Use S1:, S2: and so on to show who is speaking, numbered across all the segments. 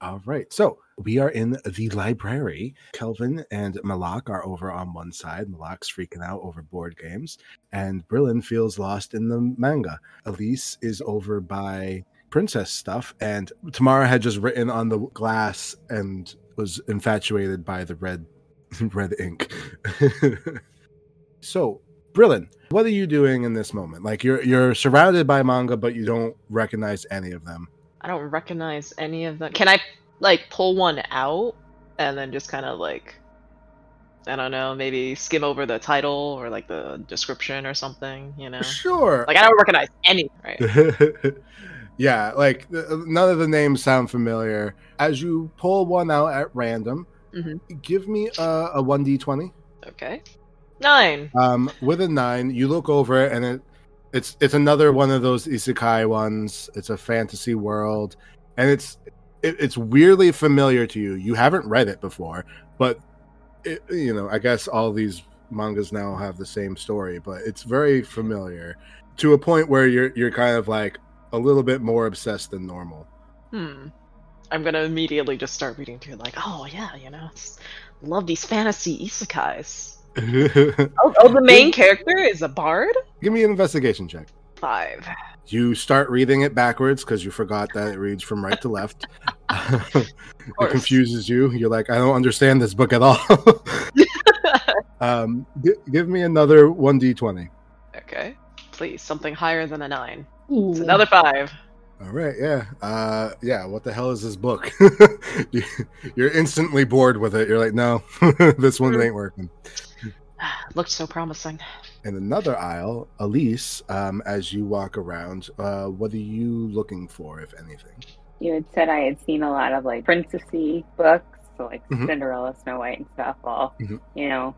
S1: All right. So we are in the library. Kelvin and Malak are over on one side. Malak's freaking out over board games, and Brillin feels lost in the manga. Elise is over by princess stuff, and Tamara had just written on the glass and was infatuated by the red red ink. so, Brillin, what are you doing in this moment? Like you're you're surrounded by manga, but you don't recognize any of them.
S2: I don't recognize any of them. Can I like pull one out and then just kind of like I don't know, maybe skim over the title or like the description or something, you know?
S1: Sure.
S2: Like I don't recognize any, right?
S1: yeah, like th- none of the names sound familiar. As you pull one out at random,
S2: Mhm.
S1: give me a, a 1d20.
S2: Okay. Nine.
S1: Um, with a 9, you look over it and it it's it's another one of those isekai ones. It's a fantasy world and it's it, it's weirdly familiar to you. You haven't read it before, but it, you know, I guess all these mangas now have the same story, but it's very familiar to a point where you're you're kind of like a little bit more obsessed than normal.
S2: Hmm. I'm gonna immediately just start reading through, like, oh yeah, you know, it's, love these fantasy isekais.
S1: Give
S2: Oh, oh, the main character is a bard.
S1: me an investigation check.
S2: Five.
S1: You start reading it backwards because you forgot that it reads from right to left. it
S2: course.
S1: confuses you. You're like, I don't understand this book at all. um, g- give me another 1d20.
S2: Okay. Please, something higher than a nine.
S3: Ooh.
S2: It's another five.
S1: All right, yeah. Uh, yeah, what the hell is this book? You- You're instantly bored with it. You're like, no, this one ain't working.
S2: Looked so promising.
S1: In another aisle, Elise, um, as you walk around, uh, what are you looking for, if anything?
S3: You had said I had seen a lot of like princessy books, so like
S1: Mhm.
S3: Cinderella, Snow White, and stuff. I'll,
S1: Mhm.
S3: you know,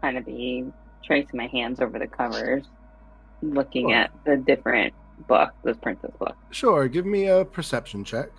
S3: kind of be tracing my hands over the covers, looking
S1: Sure.
S3: at the different books, those princess books.
S1: Sure, give me a perception check.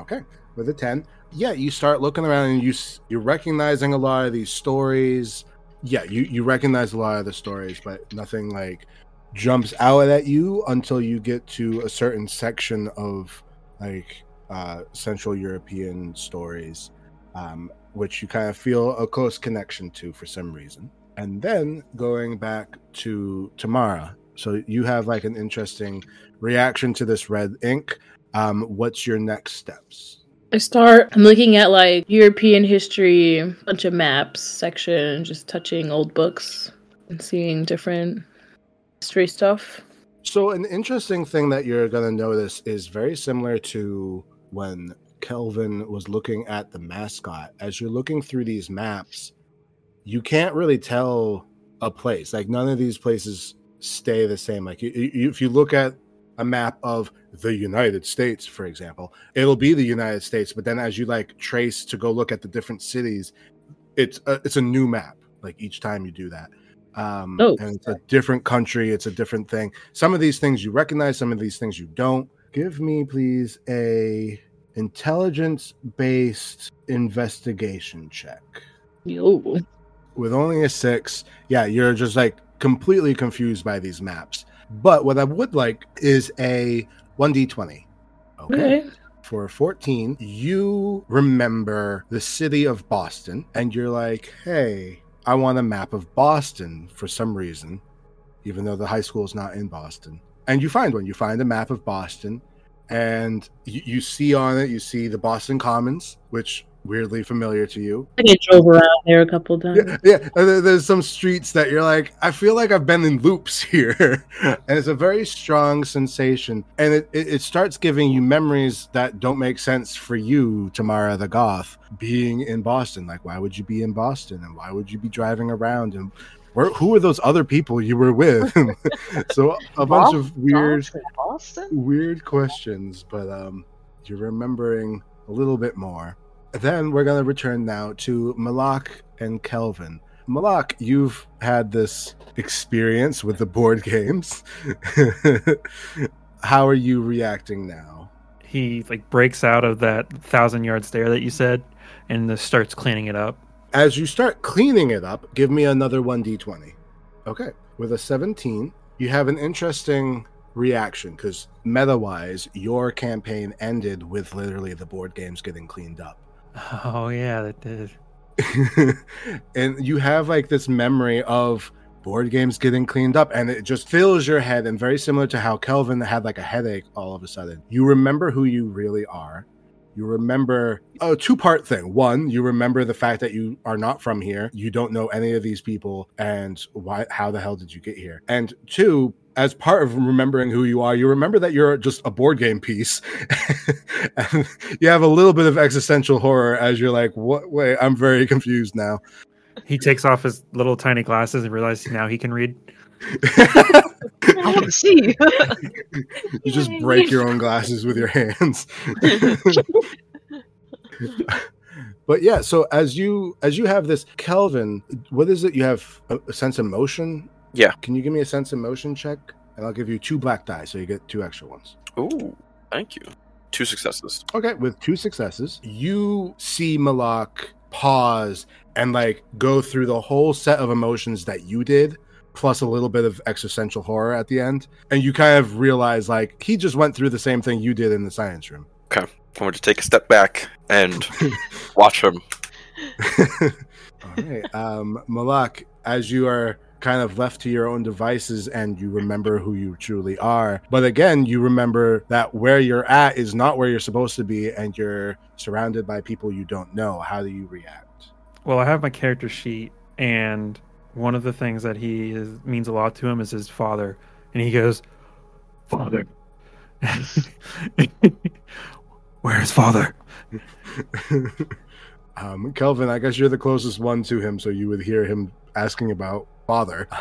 S1: Okay, with a 10. Yeah, you start looking around and you s- you're recognizing a lot of these stories. Yeah, you you recognize a lot of the stories, but nothing like jumps out at you until you get to a certain section of like uh Central European stories um which you kind of feel a close connection to for some reason. And then going back to Tamara. So you have like an interesting reaction to this red ink. Um, what's your next steps?
S4: I start. I'm looking at like European history, bunch of maps section, just touching old books and seeing different history stuff.
S1: So, an interesting thing that you're going to notice is very similar to when Kelvin was looking at the mascot. As you're looking through these maps, you can't really tell a place. Like, none of these places stay the same. Like, you, you, if you look at a map of the United States, for example, it'll be the United States. But then, as you like trace to go look at the different cities, it's a, it's a new map. Like each time you do that, um,
S4: Oh.
S1: and it's a different country. It's a different thing. Some of these things you recognize. Some of these things you don't. Give me, please, a intelligence based investigation check
S4: Yo.
S1: with only a six, yeah, you're just like completely confused by these maps. But what I would like is a 1d20.
S4: Okay.
S1: For 14, you remember the city of Boston and you're like, hey, I want a map of Boston for some reason, even though the high school is not in Boston. And you find one. You find a map of Boston and you, you see on it, you see the Boston Commons, which weirdly familiar to you.
S4: I think I drove around there a couple times.
S1: Yeah, yeah. and there- There's some streets that you're like, I feel like I've been in loops here, and it's a very strong sensation, and it, it, it starts giving you memories that don't make sense for you, Tamara the Goth, being in Boston. Like, why would you be in Boston, and why would you be driving around, and where, who are those other people you were with? so a bunch of weird
S2: Boston?
S1: weird questions, but um, you're remembering a little bit more. Then we're gonna return now to Malak and Kelvin. Malak, you've had this experience with the board games. How are you reacting now?
S5: He like breaks out of that thousand yard stare that you said, and just starts cleaning it up.
S1: As you start cleaning it up, give me another 1d20. Okay. With a 17, you have an interesting reaction because meta-wise, your campaign ended with literally the board games getting cleaned up.
S5: Oh yeah, that did.
S1: and you have like this memory of board games getting cleaned up and it just fills your head and very similar to how kelvin had like a headache all of a sudden you remember who you really are you remember a two part thing one you remember the fact that you are not from here you don't know any of these people and why how the hell did you get here and two as part of remembering who you are you remember that you're just a board game piece and you have a little bit of existential horror as you're like what wait i'm very confused now
S5: He takes off his little tiny glasses and realizes now he can read.
S2: I can see.
S1: You just break your own glasses with your hands. but yeah, so as you as you have this Kelvin, what is it? You have a, a sense of motion.
S6: Yeah.
S1: Can you give me a sense of motion check? And I'll give you two black die, so you get two extra ones.
S6: Ooh, thank you. Two successes.
S1: Okay, with two successes, you see Malak pause and like go through the whole set of emotions that you did, plus a little bit of existential horror at the end. And you kind of realize like he just went through the same thing you did in the science room.
S6: I'm going to take a step back and watch him.
S1: All right. Um, Malak, as you are kind of left to your own devices and you remember who you truly are, but again, you remember that where you're at is not where you're supposed to be and you're surrounded by people you don't know. How do you react?
S5: Well, I have my character sheet, and one of the things that he is, means a lot to him is his father, and he goes, "Father, where is father?"
S1: um, Kelvin, I guess you're the closest one to him, so you would hear him asking about father.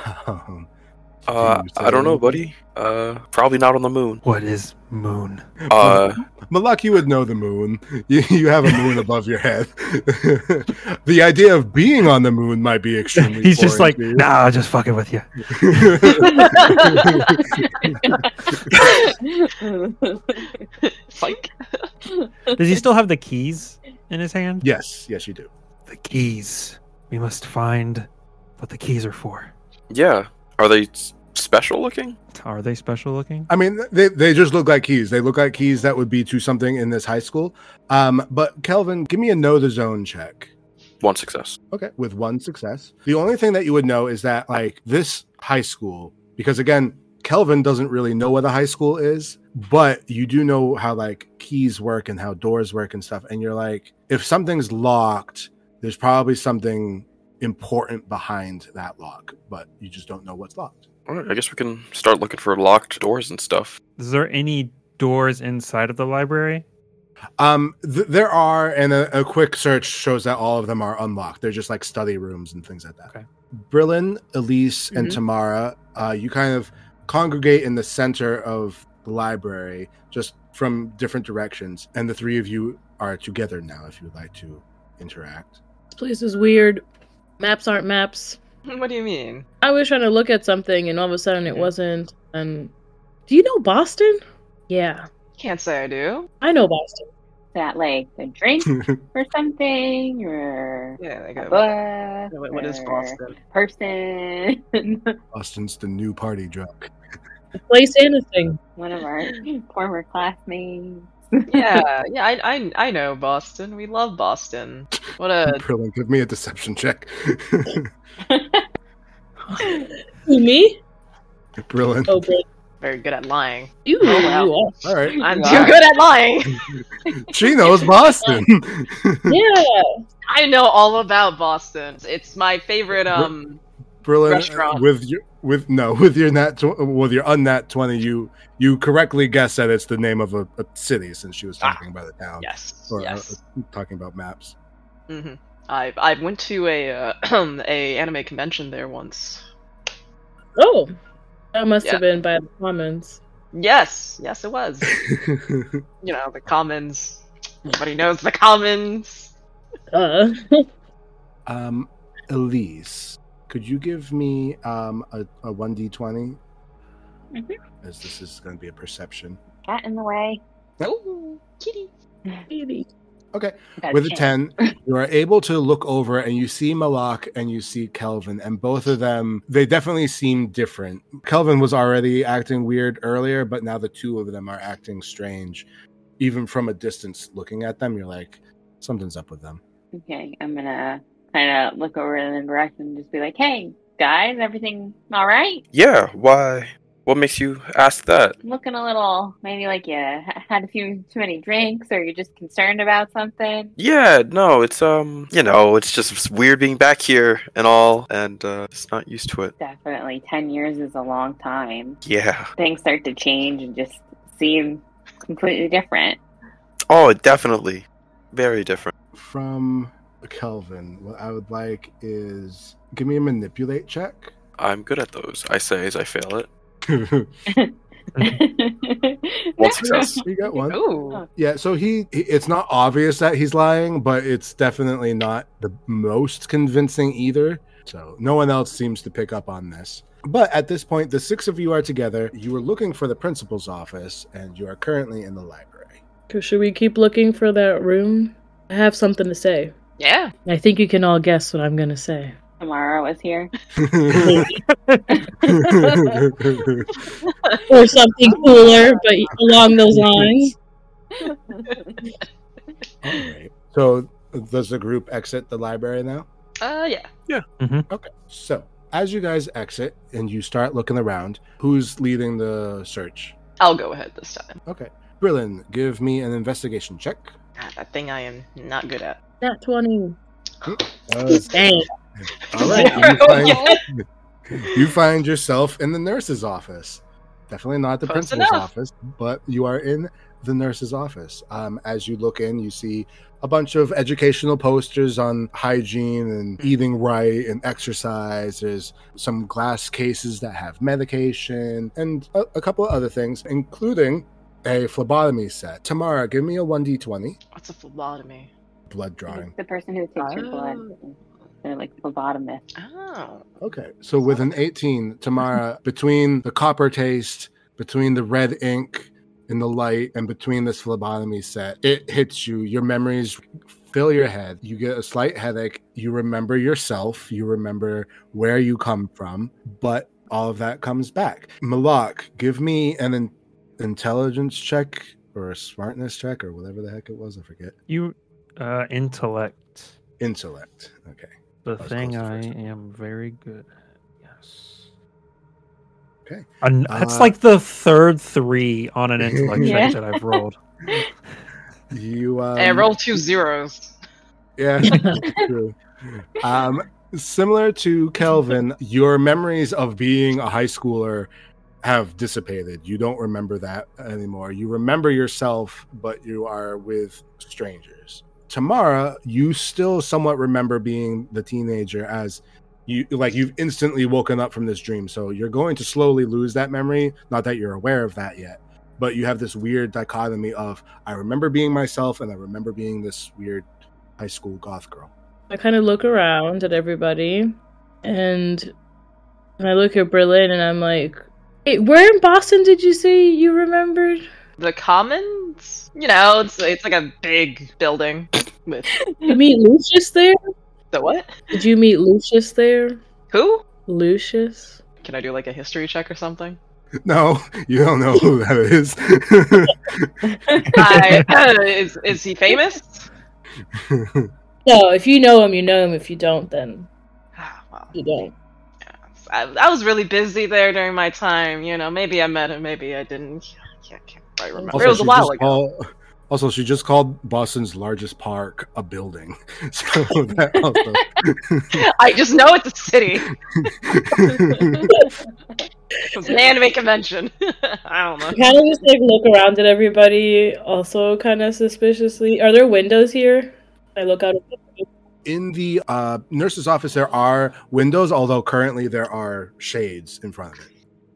S1: Um,
S6: Uh, I don't know, buddy. Uh, probably not on the moon.
S5: What is moon?
S6: Uh,
S1: Malak, you would know the moon. You, you have a moon above your head. the idea of being on the moon might be extremely.
S5: He's just
S1: foreign
S5: like,
S1: to you.
S5: "Nah, just fucking with you."
S2: Psych.
S5: Does he still have the keys in his hand?
S1: yes, yes, you do.
S5: The keys. We must find what the keys are for.
S6: yeah. Are they s- special looking?
S5: Are they special looking?
S1: I mean, they, they just look like keys. They look like keys that would be to something in this high school. Um, but Kelvin, give me a know the zone check.
S6: One success.
S1: Okay, with one success. The only thing that you would know is that like this high school, because again, Kelvin doesn't really know what a high school is, but you do know how like keys work and how doors work and stuff. And you're like, if something's locked, there's probably something important behind that lock, but you just don't know what's locked.
S6: All right, I guess we can start looking for locked doors and stuff.
S5: Is there any doors inside of the library?
S1: Um, th- there are, and a, a quick search shows that all of them are unlocked. They're just like study rooms and things like that.
S5: Okay.
S1: Brillin, Elise, and
S4: Mhm.
S1: Tamara, uh, you kind of congregate in the center of the library, just from different directions, and the three of you are together now. If you would like to interact,
S4: This place is weird. Maps aren't maps.
S2: What do you mean?
S4: I was trying to look at something and all of a sudden it
S5: Yeah.
S4: wasn't. And do you know Boston? Yeah,
S2: Can't say I do.
S4: I know Boston.
S3: that like a drink or something or
S2: Yeah, like
S3: a
S2: a,
S3: book
S2: what, what is
S3: or
S2: Boston?
S3: person
S1: Austin's the new party drug.
S4: The place anything.
S3: one of our former classmates
S2: yeah, yeah, I, I, I know Boston. We love Boston. What a
S1: Brillin, give me a deception check.
S4: Who, me?
S1: Brillin,
S4: Oh, boy.
S2: very good at lying.
S4: You,
S2: Oh, wow.
S4: you
S1: all right,
S2: I'm too
S3: Yeah.
S2: good at lying.
S1: she knows Boston.
S4: are. Yeah.
S2: I know all about Boston. It's my favorite. Um,
S1: Brilliant.
S2: Restaurant.
S1: With your with no with your nat tw- with your unnat twenty, you you correctly guessed that it's the name of a, a city since she was
S2: Ah.
S1: talking about the town,
S2: yes,
S1: Or, uh,
S2: yes.
S1: talking about maps.
S2: hmm I I went to a uh, a anime convention there once.
S4: Oh, that must
S2: Yeah.
S4: have been by the commons.
S2: Yes, yes, it was. you know the Commons.
S1: Hmm.
S2: Everybody knows the Commons.
S4: Uh,
S1: um, Elise, could you give me um a one d twenty?
S3: Mhm.
S2: Mm-hmm.
S1: As this is going to be a perception.
S3: cat in the way
S2: Ooh, kitty.
S4: maybe.
S3: That's
S1: with a
S3: it.
S1: 10 you are able to look over and you see malak and you see kelvin and both of them they definitely seem different kelvin was already acting weird earlier but now the two of them are acting strange even from a distance looking at them you're like something's up with them
S3: Okay, I'm gonna kind of look over in the direction and just be like, "Hey, guys, everything all right?
S6: Yeah, why? What makes you ask that?
S3: Looking a little maybe like you ha- had a few too many drinks, or you're just concerned about something."
S6: Yeah, no, it's um, you know, it's just weird being back here and all, and uh, just not used to it.
S3: Definitely, ten years is a long time.
S6: Yeah.
S3: Things start to change and just seem completely different.
S6: Oh, definitely, very different.
S1: from kelvin what i would like is give me a manipulate check
S6: I'm good at those. I say as I fail it.
S1: you
S6: One success.
S1: got one
S2: Ooh.
S1: Yeah, so he, he- it's not obvious that he's lying, but it's definitely not the most convincing either. So no one else seems to pick up on this. But at this point, the six of you are together. You are looking for the principal's office, and you are currently in the library.
S4: So should we keep looking for that room? I have something to say.
S2: Yeah.
S4: I think you can all guess what I'm gonna say.
S3: Tomorrow was here.
S4: Or something cooler, but along those lines.
S1: Alright. So does the group exit the library now?
S2: Uh, yeah.
S1: Okay. So as you guys exit and you start looking around, who's leading the search?
S2: I'll go ahead this time.
S1: Okay. Brillin, give me an investigation check.
S2: God, Ah, that thing I am not good at.
S4: Not twenty.
S1: Uh,
S4: Dang.
S1: All right. You find, you find yourself in the nurse's office. Definitely not the
S2: Close
S1: principal's
S2: enough.
S1: office, but you are in the nurse's office. Um, as you look in, you see a bunch of educational posters on hygiene and eating right and exercise. There's some glass cases that have medication and a, a couple of other things, including a phlebotomy set. Tamara, give me a 1d20
S2: What's a phlebotomy? Mm-hmm.
S1: blood drawing.
S3: The person who takes your blood. They're like phlebotomist.
S2: Oh.
S1: Okay. So with an 18, Tamara, between the copper taste, between the red ink and the light, and between this phlebotomy set, it hits you. Your memories fill your head. You get a slight headache. You remember yourself. You remember where you come from, but all of that comes back. Malak, give me an in- intelligence check or a smartness check or whatever the heck it was. I forget.
S5: You, uh, intellect,
S1: Intellect. Okay.
S5: the
S1: was
S5: thing
S1: close the
S5: I
S1: first
S5: am very good at. Yes.
S1: Okay.
S5: An- that's
S1: Uh,
S5: like the third three on an intellect
S3: Yeah.
S5: check that I've rolled.
S1: You. Um,
S2: Hey, roll two zeros.
S1: Yeah, true. Um, similar to Kelvin, your memories of being a high schooler have dissipated. You don't remember that anymore. You remember yourself, but you are with strangers. Tamara, you still somewhat remember being the teenager as you like you've instantly woken up from this dream. So you're going to slowly lose that memory. Not that you're aware of that yet, but you have this weird dichotomy of I remember being myself and I remember being this weird high school goth girl.
S4: I kind of look around at everybody, and and I look at Berlin, and I'm like, "Hey, where in Boston did you say you remembered?"
S2: The Commons? You know, it's it's like a big building with
S4: Did you meet Lucius there?
S2: the what?
S4: Did you meet Lucius there?
S2: Who?
S4: Lucius?
S2: Can I do like a history check or something?
S1: No, you don't know who that is.
S2: I, uh, is is he famous?
S4: No, if you know him, you know him. If you don't, then
S2: Ah, well,
S4: you don't.
S2: I, I was really busy there during my time. You know, maybe I met him, maybe I didn't. I can't, can't quite remember.
S4: Also,
S2: it was a
S1: she
S2: while
S1: just
S2: ago.
S1: call- also, she just called Boston's largest park a building. So that also.
S2: I just know it's a city. It's an anime convention. I
S4: I
S2: don't know.
S4: kind of just like look around at everybody, also kind of suspiciously. Are there windows here? I look out.
S1: in the uh, nurse's office, there are windows, although currently there are shades in front of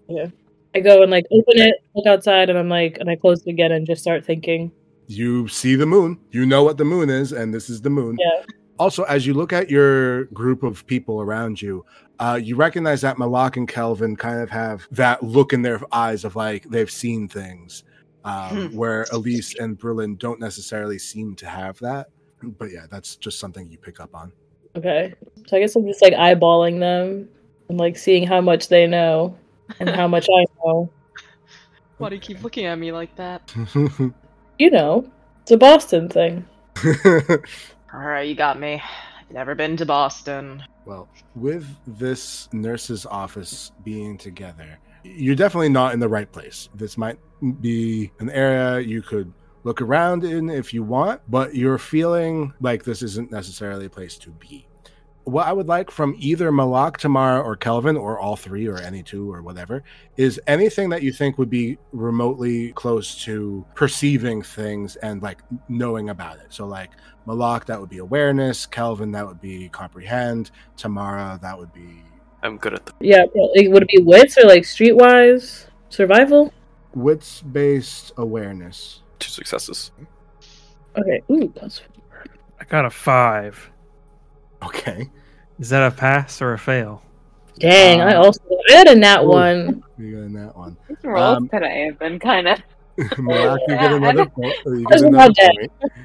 S1: it.
S4: I go and like open it, look outside, and I'm like, and I close it again, and just start thinking.
S1: You see the moon. You know what the moon is, and this is the moon.
S4: Yeah.
S1: Also, as you look at your group of people around you, uh, you recognize that Malak and Kelvin kind of have that look in their eyes of like they've seen things. um, where Elise and Berlin don't necessarily seem to have that. But yeah, that's just something you pick up on.
S4: Okay. So I guess I'm just like eyeballing them and like seeing how much they know and how much I know.
S2: Why do you keep looking at me like that?
S4: You know, it's a Boston thing.
S2: All right, you got me. I've never been to Boston.
S1: well, with this nurse's office being together, you're definitely not in the right place. This might be an area you could look around in if you want, but you're feeling like this isn't necessarily a place to be. What I would like from either Malak, Tamara, or Kelvin, or all three, or any two, or whatever, is anything that you think would be remotely close to perceiving things and like knowing about it. So, like Malak, that would be awareness. Kelvin, that would be comprehend. Tamara, that would be
S6: I'm good at
S4: Yeah, well, like, would it be wits or like streetwise survival?
S1: wits based awareness.
S6: two successes.
S4: Okay. Ooh, that's
S5: I got a five.
S1: Okay.
S5: Is that a pass or a fail?
S4: dang. I
S1: Um,
S4: also I had a nat
S1: ooh.
S4: one.
S1: You got that one.
S3: These rolls
S1: Um,
S3: could I have been kind of.
S1: Malak, you get
S3: Yeah, I
S1: another
S3: don't-
S1: point. You
S4: I
S1: get
S4: don't
S1: another
S4: know that.
S1: point.
S4: What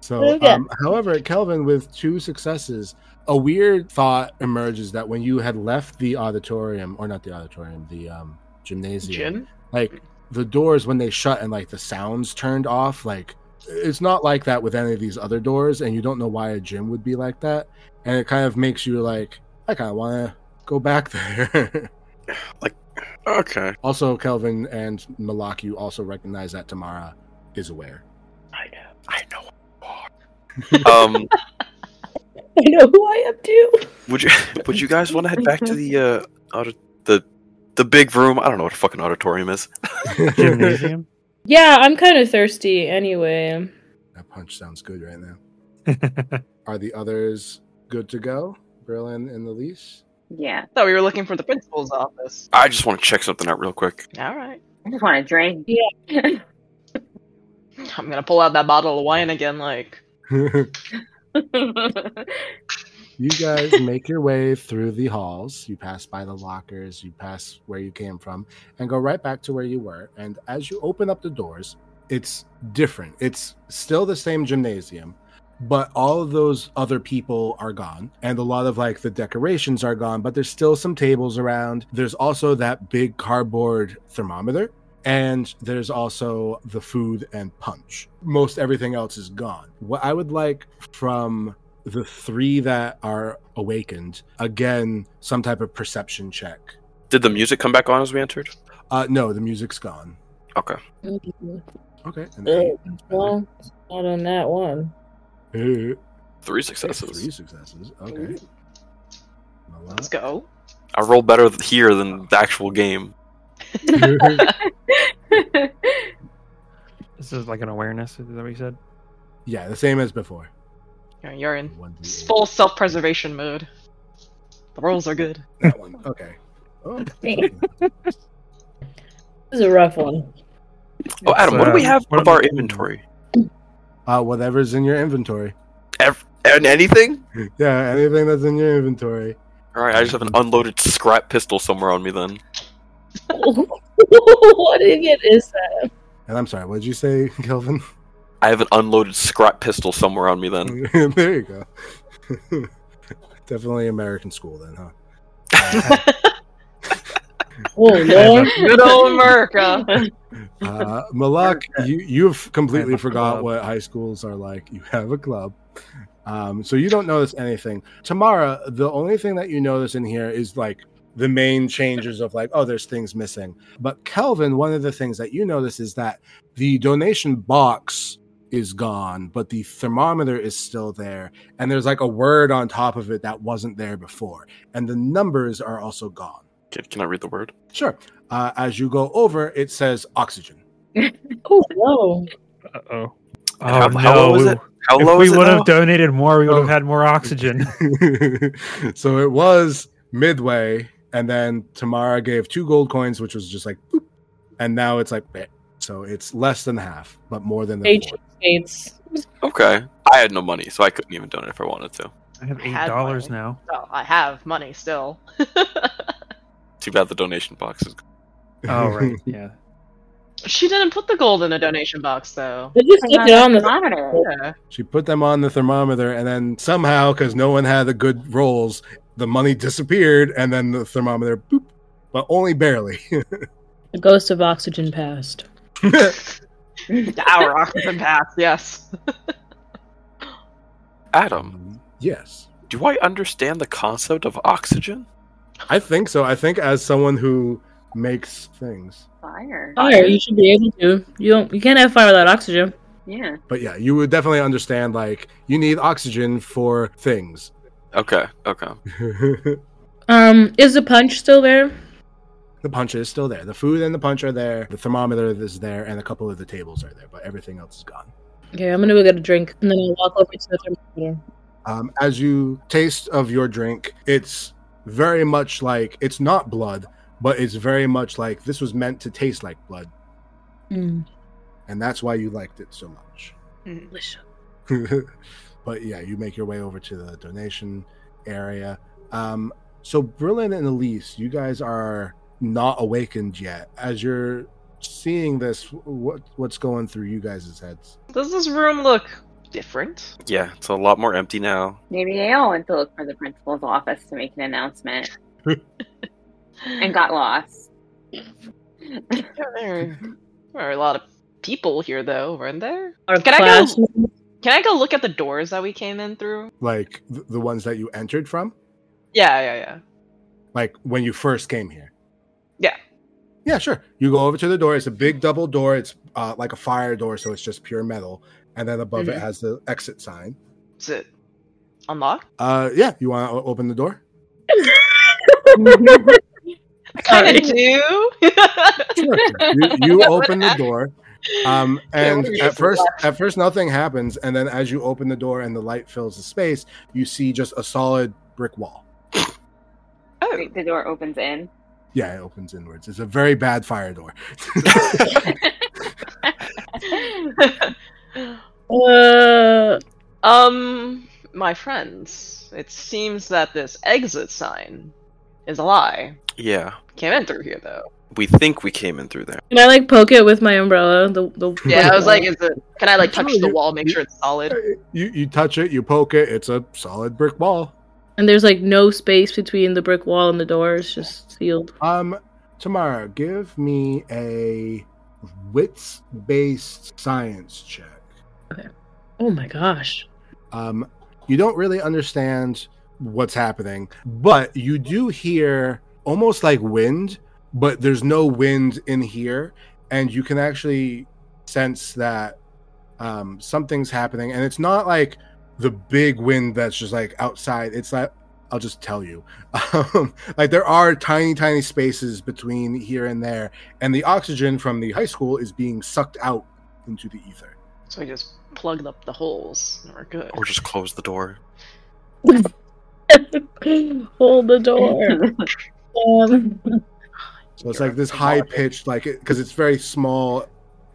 S1: So,
S4: do you
S1: um, however, Kelvin, with two successes, a weird thought emerges that when you had left the auditorium, or not the auditorium, the um, gymnasium,
S2: Jim?
S1: like the doors when they shut and like the sounds turned off like it's not like that with any of these other doors and you don't know why a gym would be like that and it kind of makes you like i kind of want to go back there
S6: Okay.
S1: also kelvin and malak you also recognize that tamara is aware
S6: I know. I know. what you are. um,
S4: I know who I am too.
S6: would you would you guys want to head back to the uh audit, the the big room? I don't know what a fucking auditorium is.
S5: Gymnasium?
S4: Yeah, I'm kind of thirsty anyway.
S1: that punch sounds good right now are the others good to go berlin and elise
S3: Yeah,
S2: Thought we were looking for the principal's office.
S6: I just want to check something out real quick.
S2: All right.
S3: I just want to drink.
S2: I'm gonna pull out that bottle of wine again, like
S1: You guys make your way through the halls. You pass by the lockers, you pass where you came from, and go right back to where you were. And as you open up the doors, it's different. It's still the same gymnasium, but all of those other people are gone. And a lot of like the decorations are gone, but there's still some tables around. There's also that big cardboard thermometer. And there's also the food and punch. Most everything else is gone. What I would like from the three that are awakened again some type of perception check
S6: Did the music come back on as we entered?
S1: uh no the music's gone
S6: Okay.
S2: Mm-hmm.
S1: okay and
S4: Ugh,
S1: that's better.
S4: Well, not on that one.
S1: Hey,
S6: Three
S1: three
S6: successes.
S1: successes okay
S2: let's go.
S6: I roll better th- here than the actual game.
S5: this is like an awareness. Is that what you said?
S1: yeah the same as before
S2: You're- You're in
S1: One, two, eight.
S2: full self-preservation mode. The rolls are good.
S1: that one okay oh,
S4: This is a rough one.
S6: Oh, Adam, what do we
S5: Uh,
S6: have
S5: what
S6: of
S5: am I
S6: our
S5: doing?
S6: inventory?
S1: uh whatever's in your inventory
S6: Ev- and anything?
S1: yeah anything that's in your inventory
S6: All right, I just have an unloaded scrap pistol somewhere on me then.
S4: what idiot is that?
S1: and i'm sorry what did you say kelvin
S6: I have an unloaded scrap pistol somewhere on me
S5: Mm-hmm.
S6: then.
S1: there you go definitely american school then huh
S4: Oh lord.
S2: Good old America.
S1: Uh, Malak, you you've
S5: I
S1: completely
S5: have a
S1: forgot
S5: club.
S1: what high schools are like. You have a club, um, so you don't notice anything. Tamara, the only thing that you notice in here is like the main changes of like, oh, there's things missing. But Kelvin, one of the things that you notice is that the donation box is gone, but the thermometer is still there, and there's like a word on top of it that wasn't there before, and the numbers are also gone.
S6: Can, can I read the word?
S1: Sure. Uh, as you go over, it says oxygen.
S4: Oh no.
S5: Uh oh. Oh,
S6: How-
S5: no.
S6: how low is it? How
S5: If
S6: low
S5: we
S6: is it
S5: would
S6: now?
S5: have donated more, we would
S1: Oh.
S5: have had more oxygen.
S1: so it was midway, and then Tamara gave two gold coins, which was just like, boop, and now it's like, eh. so it's less than half, but more than the
S4: Hey,
S1: four.
S4: cheapskates.
S6: Okay. I had no money, so I couldn't even donate if I wanted to.
S5: I have
S2: I
S5: eight
S2: had
S5: dollars
S2: mine.
S5: now.
S2: Well, I have money still.
S6: Too bad the donation box is.
S5: Oh right, yeah.
S2: She didn't put the gold in a donation box though.
S4: They just
S3: Turn
S4: stick it on
S3: the
S4: the.
S3: thermometer.
S2: Yeah.
S1: She put them on the thermometer, and then somehow, because no one had the good rolls, the money disappeared, and then the thermometer, boop, but only barely.
S4: The ghost of oxygen passed.
S2: Our oxygen pass, yes.
S6: Adam,
S1: yes,
S6: do I understand the concept of oxygen?
S1: I think so. I think as someone who makes things,
S3: Fire.
S4: Fire, you should be able to. You don't. You can't have fire without oxygen.
S3: Yeah.
S1: but yeah, you would definitely understand. Like you need oxygen for things.
S6: Okay, okay.
S1: the
S4: Um, is the punch still there?
S1: punch is still there. The food and the punch are there. The thermometer is there, and a couple of the tables are there, but everything else is gone.
S4: Okay, I'm gonna go get a drink, and then I'll walk over to the thermometer.
S1: Um, as you taste of your drink, it's very much like it's not blood, but it's very much like this was meant to taste like blood,
S4: Mm,
S1: and that's why you liked it so much.
S4: delicious.
S1: but yeah, you make your way over to the donation area. Um, so Brillin and Elise, you guys are not awakened yet. As you're seeing this, what what's going through you guys' heads?
S2: Does this room look different?
S6: Yeah, it's a lot more empty now.
S3: Maybe they all went to look for the principal's office to make an announcement and got lost.
S2: Yeah, there there are a lot of people here though, weren't there?
S4: Our
S2: Can I go-
S4: class.
S2: Can I go look at the doors that we came in through?
S1: Like th- the ones that you entered from?
S2: Yeah, yeah, yeah.
S1: like when you first came here.
S2: Yeah.
S1: Yeah, sure. You go over to the door. It's a big double door. It's uh, like a fire door, so it's just pure metal. And then above it has the exit sign.
S2: Is it unlocked?
S1: Uh, yeah, you want to open the door?
S2: I kind
S4: Sorry.
S2: of do.
S1: Sure. you, you open the door. Um,
S2: Yeah, what
S1: and
S2: are your
S1: at first, at first, nothing happens. And then as you open the door and the light fills the space, you see just a solid brick wall.
S2: oh,
S3: Wait, the door opens in.
S1: Yeah, it opens inwards. It's a very bad fire door.
S4: Uh,
S2: um, my friends, it seems that this exit sign is a lie.
S6: Yeah,
S2: Came in through here though.
S6: we think we came in through there.
S4: can I like poke it with my umbrella? The the
S2: Yeah, I was like, uh, is it? Can I like
S1: I'm
S2: touch
S1: telling
S2: the
S1: you-
S2: wall, make sure it's solid?
S1: You you touch it, you poke it. It's a solid brick wall.
S4: and there's like no space between the brick wall and the door. It's just sealed.
S1: Um, Tamara, give me a wits based science check.
S4: Oh my gosh.
S1: Um, you don't really understand what's happening, but you do hear almost like wind, but there's no wind in here, and you can actually sense that um, something's happening, and it's not like the big wind that's just like outside. It's like I'll just tell you, um, like there are tiny, tiny spaces between here and there, and the oxygen from the high school is being sucked out into the ether.
S2: So we just plugged up the holes. and We're good.
S6: Or just close the door.
S4: Hold the door. Um,
S1: So it's like this high pitched, like because it's very small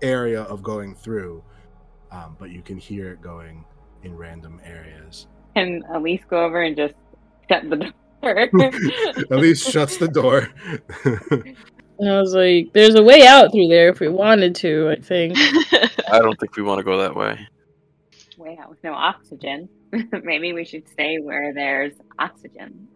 S1: area of going through, um, but you can hear it going in random areas.
S3: Can Elise go over and just shut the door?
S1: At least shuts the door.
S4: and I was like, there's a way out through there if we wanted to. I think.
S6: I don't think we want to go that way.
S3: Way out with no oxygen. Maybe we should stay where there's oxygen.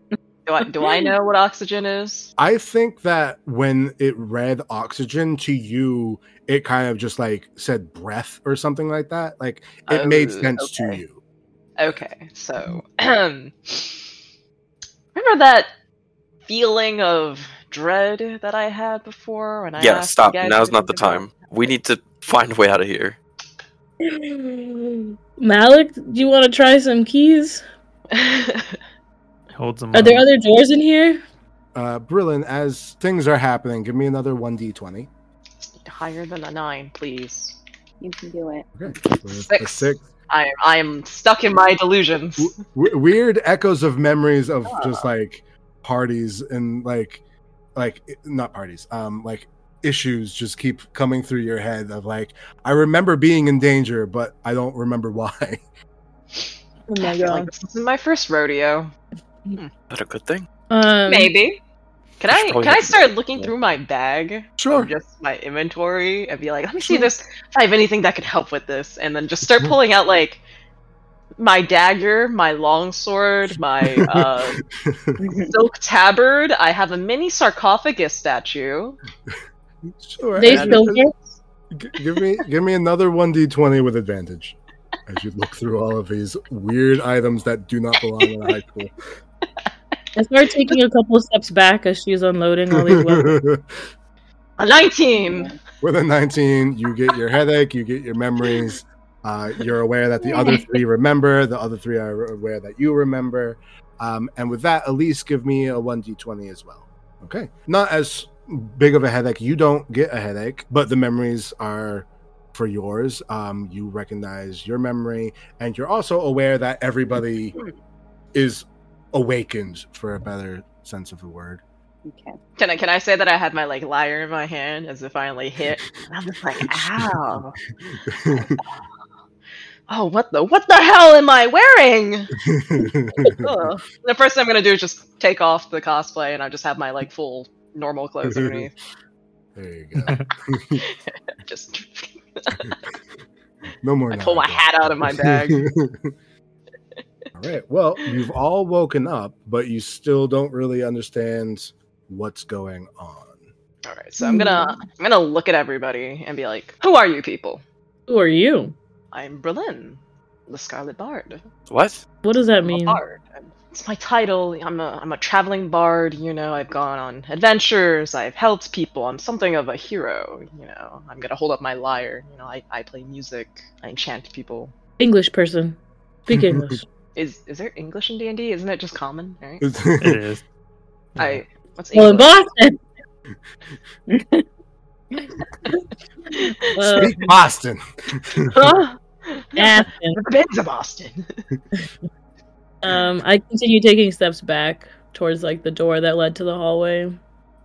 S2: do I do I know what oxygen is?
S1: I think that when it read oxygen to you, it kind of just like said breath or something like that. Like it made
S2: Oh,
S1: sense to
S2: okay.
S1: you.
S2: Okay, so remember that feeling of dread that I had before when I
S6: yeah,
S2: asked you
S6: stop.
S2: guys
S6: Now's
S2: to
S6: not the
S2: think about-
S6: time. We need to find a way out of here.
S4: Malik, do you want to try some keys?
S5: Holds them.
S4: Are there
S5: up.
S4: other doors in here?
S1: Uh, Brillin, as things are happening, give me another one d twenty.
S2: Higher than a nine, please.
S3: You can do it.
S1: Okay, So a
S2: Six.
S1: six.
S2: I I am stuck in my delusions.
S1: w- w- weird echoes of memories of just like parties and like like i- not parties um like issues just keep coming through your head of like i remember being in danger but i don't remember why
S4: Oh
S2: I feel like this is my first rodeo.
S6: Is that a good thing?
S4: Um,
S2: Maybe. Can
S6: I should
S2: I
S6: probably
S2: can I
S6: look-
S2: start looking
S6: yeah.
S2: through my bag?
S1: Sure.
S2: Of just my inventory and be like, let me see this if I have anything that could help with this, and then just start pulling out like my dagger, my longsword, my uh, silk tabard. I have a mini sarcophagus statue.
S1: sure.
S4: They
S1: Add it
S4: still
S1: to-
S4: get
S1: G- give me give me another 1d20 with advantage as you look through all of these weird items that do not belong in a high school.
S4: I start taking a couple steps back as she's unloading all these weapons.
S2: A nineteen.
S1: with a 19, you get your headache, you get your memories. Uh, you're aware that the other three remember, the other three are aware that you remember. Um, and with that, Elise, give me a 1d20 as well. Okay. Not as big of a headache. You don't get a headache, but the memories are for yours. Um, you recognize your memory, and you're also aware that everybody is awakened, for a better sense of the word.
S3: Okay.
S2: Can I can I say that I had my like lyre in my hand as it finally hit? And I'm just like, ow. Oh, what the what the hell am I wearing? Ugh. The first thing I'm gonna do is just take off the cosplay, and I just have my like full normal clothes underneath.
S1: there you go.
S2: just
S1: No more.
S2: I pull my
S1: Naruto.
S2: hat out of my bag.
S1: all right. Well, you've all woken up, but you still don't really understand what's going on.
S2: all right. So I'm gonna I'm gonna look at everybody and be like, "Who are you people?
S4: Who are you?
S2: I'm Berlin, the Scarlet Bard.
S6: What?
S4: What does that
S2: I'm a
S4: mean?
S2: bard. It's my title. I'm a I'm a traveling bard. You know, I've gone on adventures. I've helped people. I'm something of a hero. You know, I'm gonna hold up my lyre. You know, I, I play music. I enchant people.
S4: English person. Speak English.
S2: Is is there English in D and D? Isn't it just common? Right?
S5: It is.
S2: I what's
S4: well, in
S2: English?
S4: Boston. Uh,
S1: Speak Boston.
S2: Huh?
S4: Aspen.
S2: I've been to Boston.
S4: Um, I continue taking steps back towards like the door that led to the hallway,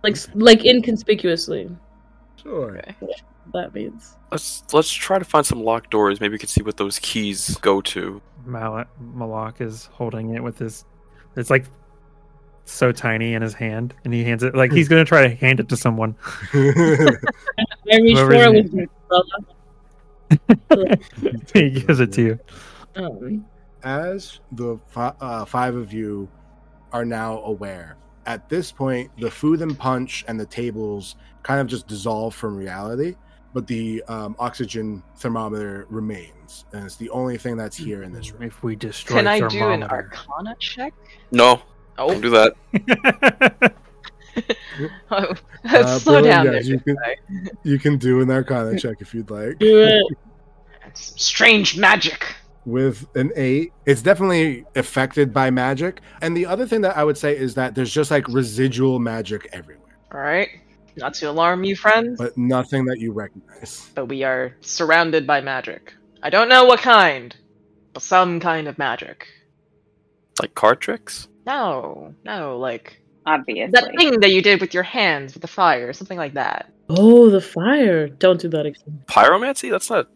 S4: like s- like inconspicuously.
S1: Sure.
S2: Okay.
S4: That means.
S6: Let's let's try to find some locked doors. Maybe we can see what those keys go to.
S5: Malak, Malak is holding it with his. It's like so tiny in his hand, and he hands it like he's gonna try to hand it to someone.
S4: I reach
S5: Whoever's
S4: for it
S5: in-
S4: with my umbrella.
S5: he gives it to you.
S4: Um,
S1: As the fi- uh, five of you are now aware, at this point, the food and punch and the tables kind of just dissolve from reality, but the um, oxygen thermometer remains, and it's the only thing that's here in this room.
S5: If we destroy
S2: Can I do an
S5: thermometer.
S2: Arcana check?
S6: No, don't
S2: Oh,
S6: do that.
S1: Uh,
S2: Oh, slow
S1: Berlin,
S2: down
S1: yes,
S2: there.
S1: You can,
S2: guy.
S1: you can do an Arcana check if you'd like.
S4: do it.
S2: Some strange magic.
S1: with an eight. It's definitely affected by magic. And the other thing that I would say is that there's just like residual magic everywhere,
S2: All right. Not to alarm you, friends,
S1: but nothing that you recognize.
S2: but we are surrounded by magic. I don't know what kind, but some kind of magic.
S6: Like card tricks.
S2: No, no, like
S3: Obviously.
S2: that thing that you did with your hands with the fire, something like that.
S4: Oh, the fire! Don't do that again.
S6: Pyromancy? That's not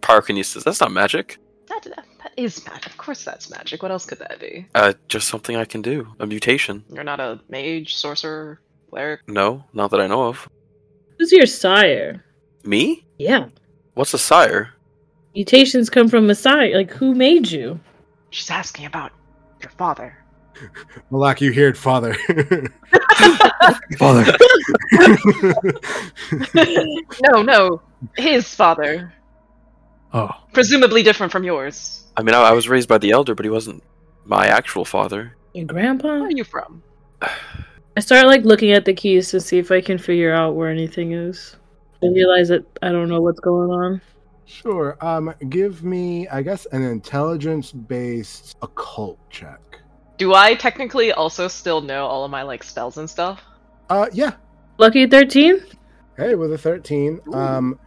S6: pyrokinesis. That's not magic.
S2: That, that, that is magic. Of course, that's magic. What else could that be?
S6: Uh, just something I can do. A mutation.
S2: You're not a mage, sorcerer, cleric.
S6: No, not that I know of.
S4: Who's your sire?
S6: Me?
S4: Yeah,
S6: What's a sire?
S4: mutations come from Messiah. Like, who made you?
S2: She's asking about your father.
S1: Malak, you hear it, father.
S5: Father,
S2: No, no, his father,
S5: oh,
S2: presumably different from yours.
S6: I mean, I, I was raised by the elder, but he wasn't my actual father.
S4: Your
S2: Where
S4: grandpa?
S2: are you from?
S4: I start like looking at the keys to see if I can figure out where anything is. I realize that I don't know what's going on.
S1: sure. Um, give me, I guess, an intelligence based occult check.
S2: Do I technically also still know all of my like spells and stuff?
S1: Uh, yeah,
S4: Lucky thirteen.
S1: Hey, with a 13. Um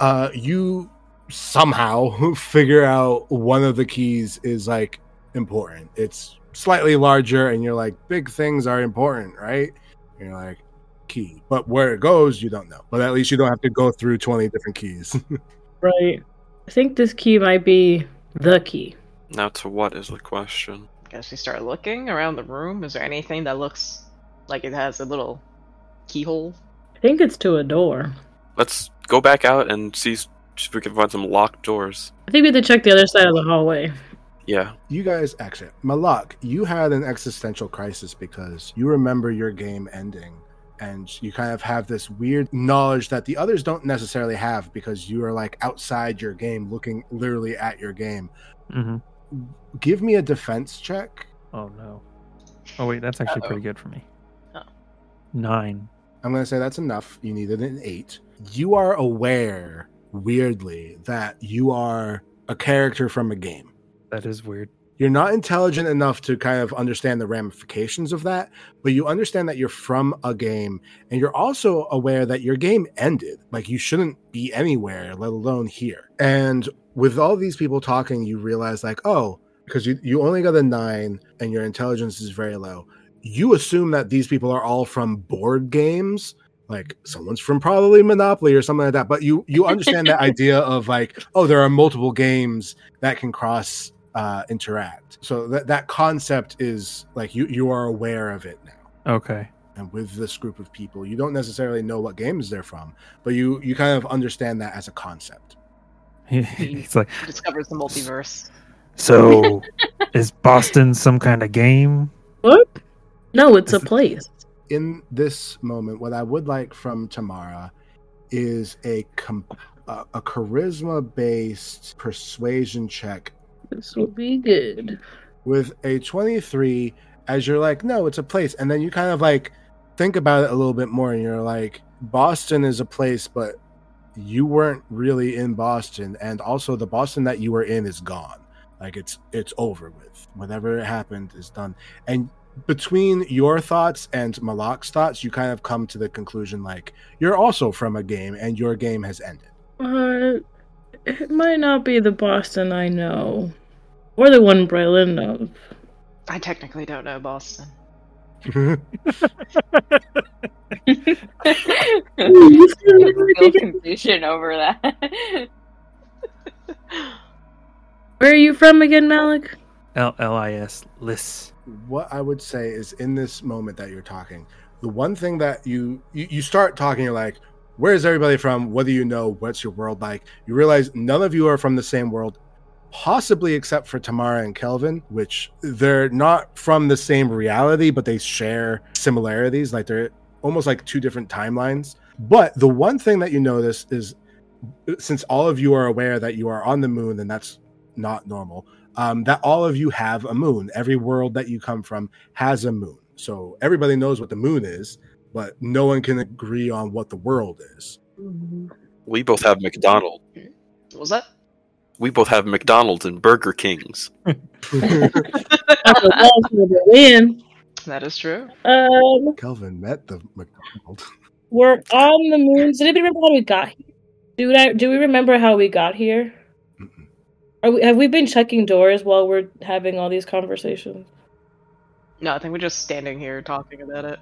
S1: uh you somehow figure out one of the keys is like important. It's slightly larger and you're like big things are important, right? And you're like key. But where it goes, you don't know. But at least you don't have to go through 20 different keys.
S4: Right. I think this key might be the key.
S6: Now, to what is the question?
S2: As we start looking around the room, is there anything that looks Like it has a little keyhole.
S4: I think it's to a door.
S6: Let's go back out and see s- if we can find some locked doors.
S4: I think we have to check the other side of the hallway.
S6: Yeah.
S1: You guys, actually, Malak, you had an existential crisis because you remember your game ending, and you kind of have this weird knowledge that the others don't necessarily have because you are like outside your game, looking literally at your game.
S5: hmm
S1: Give me a defense check.
S5: Oh no. Oh wait, that's actually pretty good for me.
S2: Oh.
S5: Nine.
S1: I'm going to say that's enough. You needed an eight. You are aware, weirdly, that you are a character from a game.
S5: That is weird.
S1: you're not intelligent enough to kind of understand the ramifications of that, but you understand that you're from a game and you're also aware that your game ended. Like you shouldn't be anywhere, let alone here. And with all these people talking, you realize, like, oh, because you, you only got a nine and your intelligence is very low, you assume that these people are all from board games. Like someone's from probably Monopoly or something like that, but you you understand that idea of like, oh, there are multiple games that can cross uh, interact. So that that concept is like you you are aware of it now.
S5: Okay.
S1: And with this group of people, you don't necessarily know what games they're from, but you you kind of understand that as a concept.
S5: He's like,
S2: Discovers the multiverse.
S5: so is Boston some kind of game?
S4: What? No, it's a
S5: Is it-
S4: place.
S1: In this moment, what I would like from Tamara is a com- a, a charisma based persuasion check
S4: This will be good.
S1: with a 23 as you're like no it's a place and then you kind of like think about it a little bit more and you're like boston is a place but you weren't really in boston and also the boston that you were in is gone like it's it's over with whatever happened is done and between your thoughts and malak's thoughts you kind of come to the conclusion like you're also from a game and your game has ended
S4: Uh, it might not be the Boston I know, or the one Braylon knows.
S2: I technically don't know Boston.
S3: Real confusion over that.
S4: Where are you from again, Malik?
S5: L L I S Liss.
S1: what I would say is in this moment that you're talking, the one thing that you you, you start talking, you're like, where is everybody from? What do you know? What's your world like? You realize none of you are from the same world, possibly except for Tamara and Kelvin, which they're not from the same reality, but they share similarities. Like they're almost like two different timelines. But the one thing that you notice is since all of you are aware that you are on the moon and that's not normal, um, that all of you have a moon. Every world that you come from has a moon. So everybody knows what the moon is, but no one can agree on what the world is.
S6: We both have McDonald's.
S2: What was that?
S6: We both have McDonald's and Burger Kings.
S4: I'm the last one to win.
S2: That is true.
S4: Um,
S1: Kelvin met the McDonald.
S4: we're on the moon. Does anybody remember how we got here? Do I, do we remember how we got here?
S1: Mm-mm.
S4: Are we, have we been checking doors while we're having all these conversations?
S2: No, I think we're just standing here talking about it.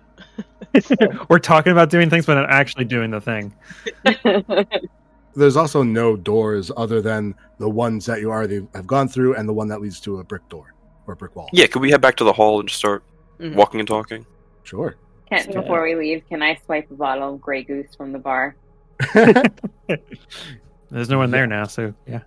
S5: We're talking about doing things, but not actually doing the thing.
S1: There's also no doors other than the ones that you already have gone through and the one that leads to a brick door or a brick wall.
S6: Yeah, could we head back to the hall and just start
S2: Mhm.
S6: walking and talking?
S1: Sure.
S3: Can, before we leave, can I swipe a bottle of Grey Goose from the bar?
S5: There's no one there now, so yeah.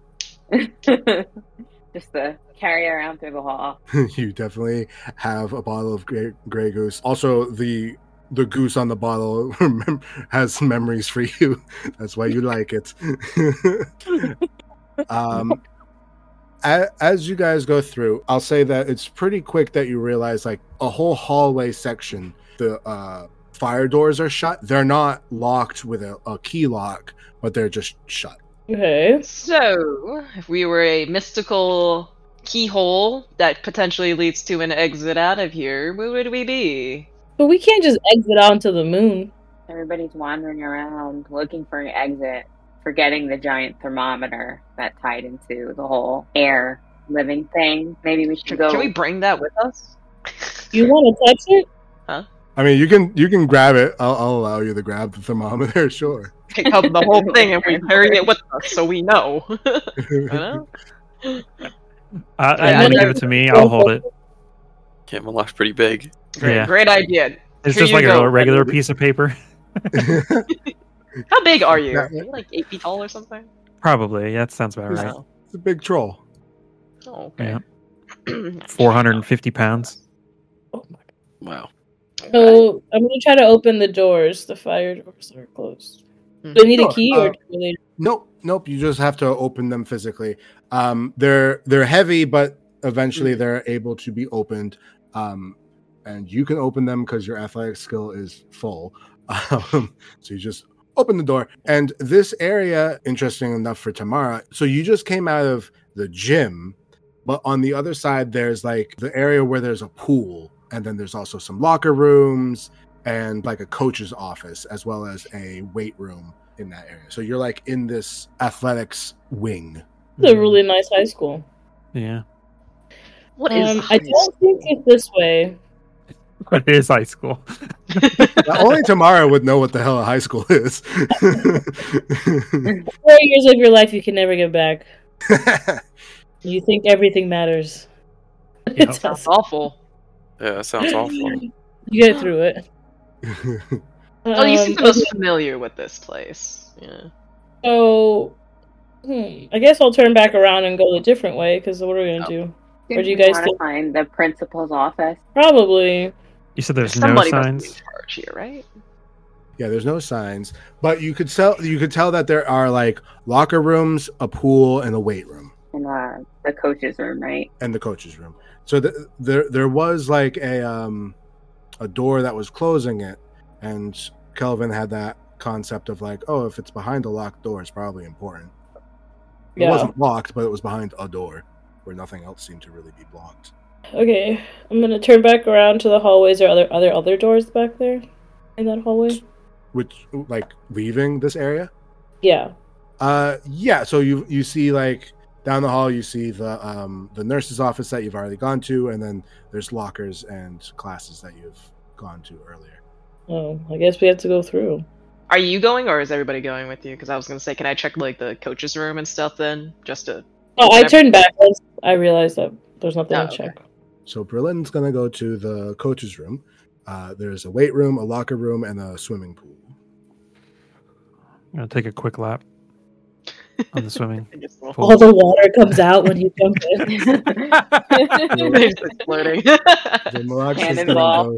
S3: Just to carry around through the hall.
S1: you definitely have a bottle of gray, gray goose. Also, the the goose on the bottle remem- has memories for you. That's why you like it. um, a- as you guys go through, I'll say that it's pretty quick that you realize like a whole hallway section. The uh, fire doors are shut. They're not locked with a, a key lock, but they're just shut.
S4: Okay.
S2: So, if we were a mystical keyhole that potentially leads to an exit out of here, where would we be?
S4: But we can't just exit onto the moon.
S3: Everybody's wandering around looking for an exit, forgetting the giant thermometer that tied into the whole air living thing. Maybe we should go.
S2: Can we bring that with us?
S4: You want to touch it?
S1: I mean, you can you can grab it. I'll, I'll allow you to grab the thermometer. Sure.
S2: pick up the whole thing and we carry it with us so we know. Huh?
S5: I,
S2: I- I
S5: I'm gonna
S2: like-
S5: Uh, give it to me. I'll hold it.
S6: Yeah, Malak's pretty big.
S2: Great,
S5: Yeah.
S2: great idea.
S5: It's
S2: Here
S5: just
S2: you
S5: like
S2: go.
S5: a regular piece of paper.
S2: How big are you?
S1: Yeah.
S2: Are you like eight feet tall or something?
S5: Probably. Yeah, that sounds about right.
S2: No.
S1: It's a big troll.
S2: Oh, okay.
S5: Four hundred and fifty pounds.
S6: Wow.
S2: Okay.
S4: Oh So I'm gonna try to open the doors. The fire doors are closed.
S2: Hmm.
S4: Do I need a
S1: Sure,
S4: key
S1: uh,
S4: or do they
S1: Nope, nope. You just have to open them physically. Um, they're they're heavy, but eventually they're able to be opened. Um, and you can open them because your athletic skill is full. Um, so you just open the door. And this area, interesting enough for Tamara. So you just came out of the gym, but on the other side there's like the area where there's a pool, and then there's also some locker rooms and like a coach's office as well as a weight room in that area. So you're like in this athletics wing.
S4: It's a
S1: hmm.
S4: really nice high school.
S5: Yeah.
S2: What is
S4: Um,
S2: the
S4: I
S2: highest-
S4: don't think it's this way.
S5: But it is high school.
S1: Now, only Tamara would know what the hell a high school is.
S4: Four years of your life you can never get back. You think everything matters.
S5: Yep.
S4: It's
S2: That's
S4: awesome.
S2: awful.
S6: Yeah, that sounds awful.
S4: You get through it.
S2: oh, you seem
S4: Um,
S2: the most
S4: okay,
S2: familiar with this place. Yeah.
S4: So, hmm, I guess I'll turn back around and go the different way. Because what are we
S2: Oh.
S4: gonna do? Where do you guys
S3: want to
S4: think-
S3: find the principal's office?
S4: Probably.
S5: You said there's no
S2: Somebody must be in
S5: signs.
S2: charge here, right?
S1: yeah, there's no signs, but you could tell you could tell that there are like locker rooms, a pool, and a weight room,
S3: in uh, the coach's room, right?
S1: and the coach's room. So th- there there was like a um a door that was closing it, and Kelvin had that concept of like, oh, if it's behind a locked door, it's probably important. It
S4: Yeah.
S1: wasn't locked, but it was behind a door where nothing else seemed to really be blocked.
S4: Okay, I'm gonna turn back around to the hallways or other other other doors back there in that hallway.
S1: Which like leaving this area?
S4: Yeah.
S1: Uh yeah, so you you see like down the hall you see the um the nurse's office that you've already gone to and then there's lockers and classes that you've gone to earlier.
S4: Oh, I guess we have to go through.
S2: Are you going or is everybody going with you? Because I was gonna say, can I check like the coach's room and stuff then, just to
S4: Oh, I
S2: Whatever.
S4: turned back. once I realized that there's nothing
S2: Oh,
S4: to
S2: okay.
S4: check.
S1: So Berlin's going to go to the coach's room. Uh there's a weight room, a locker room and a swimming pool.
S5: I'm gonna take a quick lap on the swimming.
S2: I guess we'll-
S4: All the water comes out when you jump in.
S2: It's exploding.
S1: So Malaka's going to
S3: Cannonball.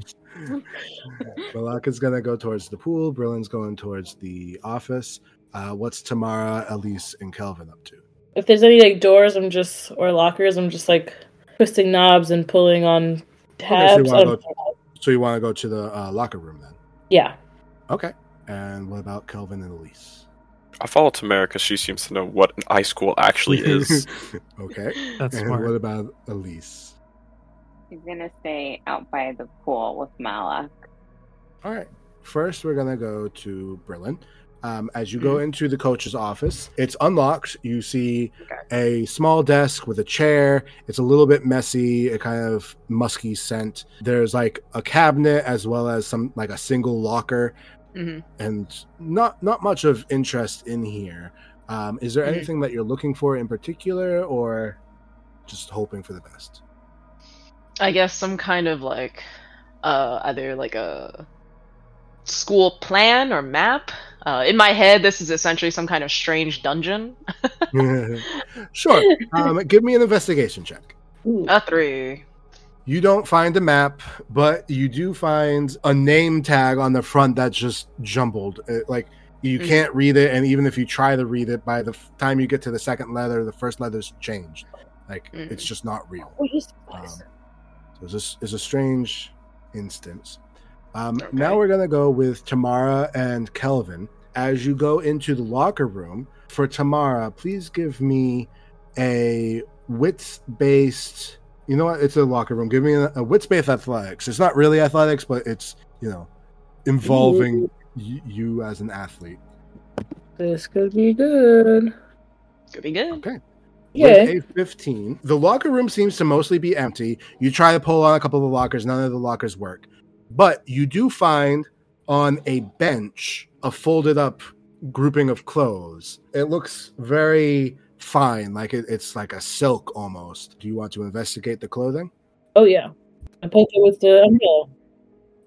S1: go Malaka's going to go towards the pool, Berlin's going towards the office. Uh what's Tamara, Elise and Kelvin up to?
S4: if there's any like doors, I'm just or lockers, I'm just like twisting knobs and pulling on tabs.
S1: wanna
S4: I don't
S1: go-
S4: know.
S1: So you want to go to the uh, locker room then?
S4: yeah.
S1: Okay. And what about Kelvin and Elise?
S6: I follow Tamara because she seems to know what an ice school actually is.
S1: okay.
S2: Mm-hmm.
S5: That's
S1: and what
S5: smart.
S1: about Elise?
S3: He's gonna stay out by the pool with Mala.
S1: All right. First, we're going to go to Berlin. Um, as you go into the coach's office, it's unlocked. You see a small desk with a chair. It's a little bit messy, a kind of musky scent. There's like a cabinet as well as some, like a single locker.
S2: Mhm.
S1: and not not much of interest in here. Um, is there
S2: Mhm.
S1: anything that you're looking for in particular, or just hoping for the best?
S2: I guess some kind of like uh either like a school plan or map. Uh, in my head, this is essentially some kind of strange dungeon.
S1: sure. Um, give me an investigation check.
S4: Ooh.
S2: A three.
S1: You don't find a map, but you do find a name tag on the front that's just jumbled. It, like you
S2: Mhm.
S1: can't read it, and even if you try to read it, by the f- time you get to the second letter, the first letter's changed. Like
S2: Mhm.
S1: it's just not real.
S4: What is
S1: Um,
S4: this?
S1: so this is a strange instance. Um,
S2: Okay.
S1: Now we're gonna go with Tamara and Kelvin. As you go into the locker room for Tamara, please give me a wits-based. You know what? It's a locker room. Give me a, a wits-based athletics. It's not really athletics, but it's you know involving y- you as an athlete.
S4: This could be good.
S2: Could be good.
S1: Okay.
S4: Yeah.
S1: With a 15. The locker room seems to mostly be empty. You try to pull on a couple of the lockers, none of the lockers work. But you do find on a bench a folded up grouping of clothes. It looks very fine, like it, it's like a silk almost. Do you want to investigate the clothing?
S4: Oh yeah. I poke it with the umbrella.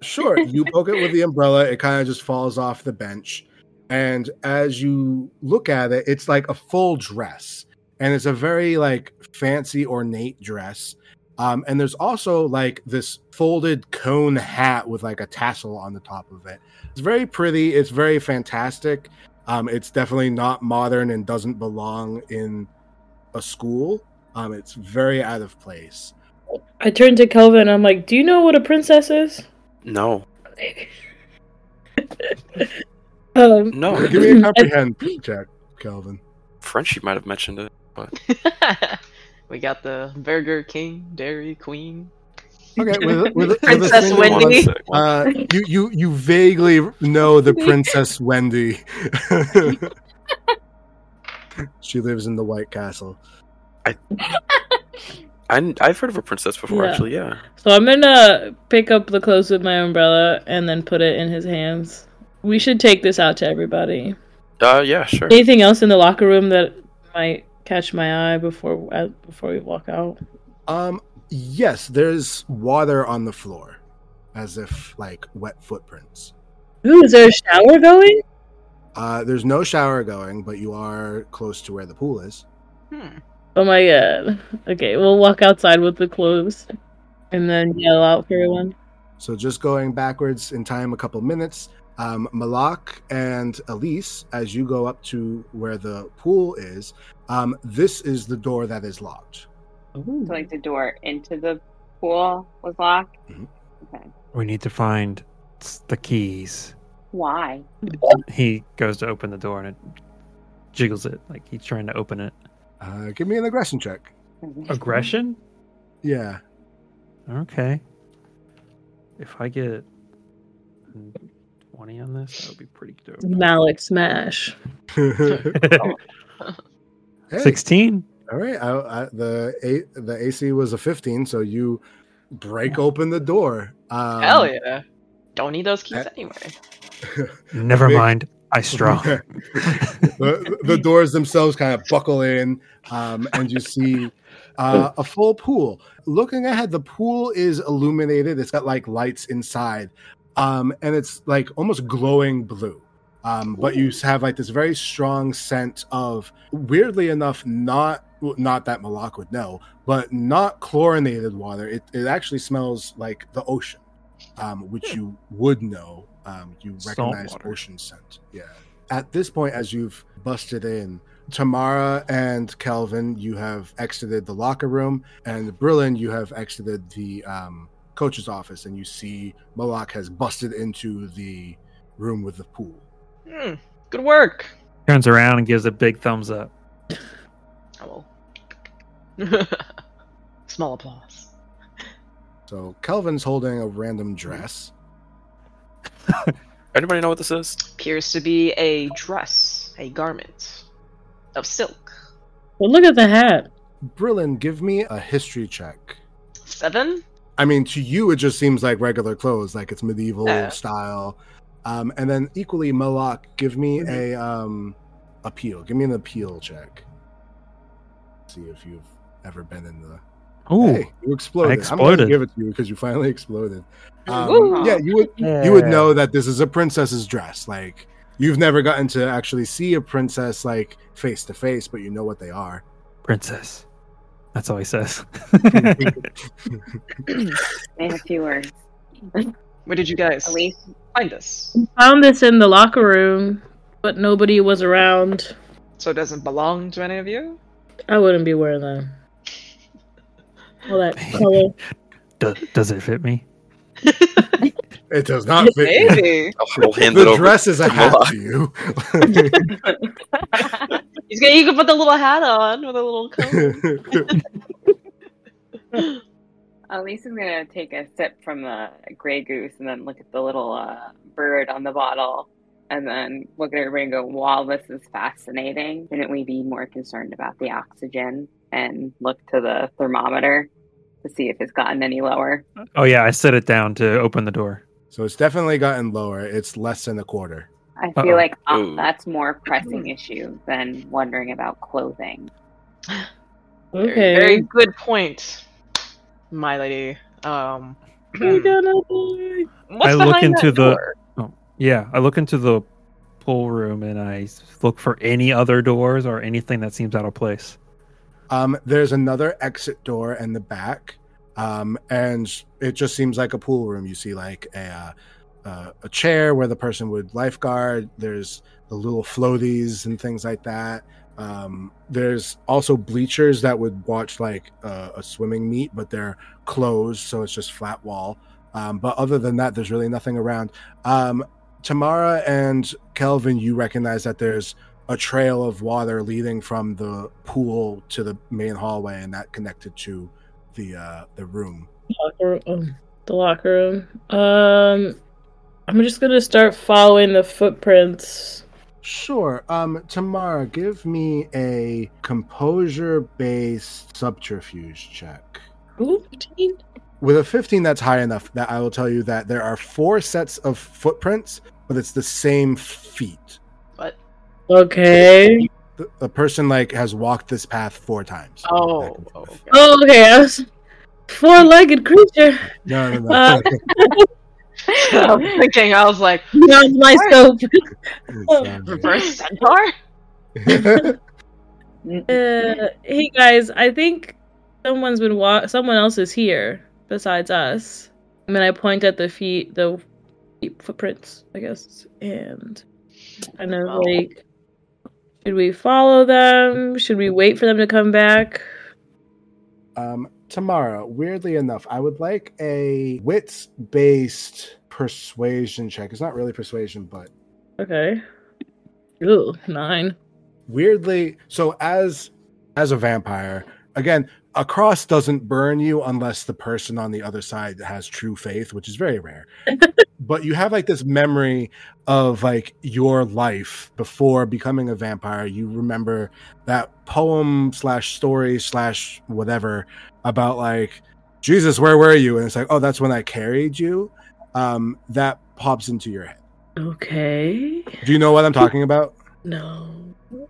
S1: Sure. You poke it with the umbrella, it kind of just falls off the bench. And as you look at it, it's like a full dress. And it's a very like fancy ornate dress. Um, and there's also like this folded cone hat with like a tassel on the top of it. It's very pretty, it's very fantastic. Um, it's definitely not modern and doesn't belong in a school. Um, it's very out of place.
S4: I turned to Kelvin. I'm like, "Do you know what a princess is?"
S6: No.
S4: um,
S6: No.
S1: Give me a comprehend check, Kelvin.
S6: Frenchie might have mentioned it.
S2: we got the Burger King, Dairy Queen.
S1: Okay, with, with, with
S2: Princess
S1: a single
S2: Wendy.
S6: Hold on a sec. One-
S1: Uh, you you you vaguely know the Princess Wendy. she lives in the White Castle. Uh,
S6: I, I've heard of a princess before,
S4: Yeah.
S6: actually, yeah.
S4: so I'm gonna pick up the clothes with my umbrella and then put it in his hands. We should take this out to everybody.
S6: Uh, yeah, sure.
S4: Anything else in the locker room that might catch my eye before uh, before we walk out?
S1: Um, yes, there's water on the floor, as if like wet footprints.
S4: Ooh, is there a shower going?
S1: Uh, there's no shower going, but you are close to where the pool is.
S2: Hmm.
S4: Oh my god. Okay, we'll walk outside with the clothes and then yell out for everyone.
S1: So just going backwards in time a couple minutes, um, Malak and Elise, as you go up to where the pool is, um, this is the door that is locked.
S3: So, like the door into the pool was locked.
S5: We need to find s- the keys.
S3: Why?
S5: He goes to open the door and it jiggles it like he's trying to open it.
S1: Uh, give me an aggression check.
S5: Aggression?
S1: Yeah.
S5: Okay. If I get twenty on this, that would be pretty dope.
S4: Malik smash.
S1: hey,
S5: Sixteen.
S1: All right. I, I, the a, the AC was a 15, so you break open the door. Um,
S2: Hell yeah. Don't need those keys
S1: uh,
S2: anyway.
S5: Never
S1: Big-
S5: mind. I strong.
S1: the, the doors themselves kind of buckle in, um, and you see uh, a full pool. Looking ahead, the pool is illuminated. It's got like lights inside, um, and it's like almost glowing blue. Um, but you have like this very strong scent of, weirdly enough, not well, not that Malak would know, but not chlorinated water. It, it actually smells like the ocean, um, which you would know. Um, you
S5: Hmm. Salt
S1: recognize
S5: water.
S1: ocean scent. Yeah. At this point, as you've busted in, Tamara and Calvin, you have exited the locker room, and Brillin, you have exited the um, coach's office, and you see Malak has busted into the room with the pool.
S2: Hmm. Good work.
S5: Turns around and gives a big thumbs up.
S2: Oh well. Small applause.
S1: So Calvin's holding a random dress.
S6: Anybody know what this is?
S2: Appears to be a dress, a garment of silk.
S4: Well, look at the hat.
S1: Brillin, give me a history check.
S2: Seven?
S1: I mean, to you, it just seems like regular clothes, like it's medieval
S2: Yeah.
S1: style. Um, and then equally, Malak, give me a um, appeal. Give me an appeal check. See if you've ever been in the.
S5: Ooh,
S1: Hey, you exploded. I'm going to
S5: exploded.
S1: give it to you because you finally exploded. Um,
S2: Ooh.
S1: yeah, you would you would know that this is a princess's dress. Like you've never gotten to actually see a princess like face to face, but you know what they are.
S5: princess. That's all he says.
S3: They have few words.
S2: Where did you guys
S3: Elise,
S2: find this?
S4: Found this in the locker room, but nobody was around.
S2: So it doesn't belong to any of you?
S4: I wouldn't be wearing them. All that color.
S5: Do- does it fit me?
S1: It does not fit. you.
S2: Maybe.
S6: I'll, I'll hand it
S1: The
S6: over.
S1: dress is a hat to you.
S2: He's gonna, you can put the little hat on with a little coat.
S3: Elise is gonna take a sip from the Grey Goose and then look at the little uh, bird on the bottle, and then look at everybody and go, "Wow, this is fascinating." Shouldn't we be more concerned about the oxygen and look to the thermometer to see if it's gotten any lower?
S5: Oh yeah, I set it down to open the door.
S1: so it's definitely gotten lower. It's less than a quarter.
S3: I
S5: Uh-oh.
S3: feel like uh,
S6: Ooh.
S3: that's more pressing issue than wondering about clothing.
S2: Very, very
S4: Okay.
S2: good point, my lady. Um, hmm,
S4: We're gonna die.
S2: What's
S5: I look
S2: behind
S5: into
S2: that
S5: the-
S2: door?
S5: Yeah, I look into the pool room and I s- look for any other doors or anything that seems out of place.
S1: Um, there's another exit door in the back, um, and it just seems like a pool room. You see like a uh, uh, a chair where the person would lifeguard. There's the little floaties and things like that. Um, there's also bleachers that would watch like uh, a swimming meet, but they're closed, so it's just flat wall. Um, but other than that, there's really nothing around. Um, Tamara and Kelvin, you recognize that there's a trail of water leading from the pool to the main hallway, and that connected to the uh, the room.
S4: Locker room. um, The locker room. Um, I'm just gonna start following the footprints.
S1: Sure. Um, Tamara, give me a composure-based subterfuge check.
S4: Ooh, 15?
S1: With a 15, that's high enough that I will tell you that there are four sets of footprints, but it's the same feet.
S2: What?
S4: Okay.
S1: The, the person like has walked this path four times. Back
S2: Oh,
S1: and
S2: oh,
S1: forth.
S2: okay.
S4: Oh, okay. I was four-legged creature.
S1: no, no, no.
S4: Uh,
S2: I was thinking, I was like,
S4: Beyond my scope.
S1: It's, um,
S2: reverse centaur?
S4: Uh, hey guys, I think someone's been wa- someone else is here besides us. I mean, I point at the feet, the feet footprints, I guess, and kind of
S2: Oh.
S4: like, should we follow them? Should we wait for them to come back?
S1: Um, Tamara, weirdly enough, I would like a wits based persuasion check. It's not really persuasion, but
S4: Okay. Ooh, nine.
S1: weirdly, so as as a vampire, again, a cross doesn't burn you unless the person on the other side has true faith, which is very rare. but you have like this memory of like your life before becoming a vampire. You remember that poem slash story slash whatever about like Jesus, where were you? And it's like, oh, that's when I carried you. Um, that pops into your head.
S4: Okay.
S1: Do you know what I'm talking about?
S4: No.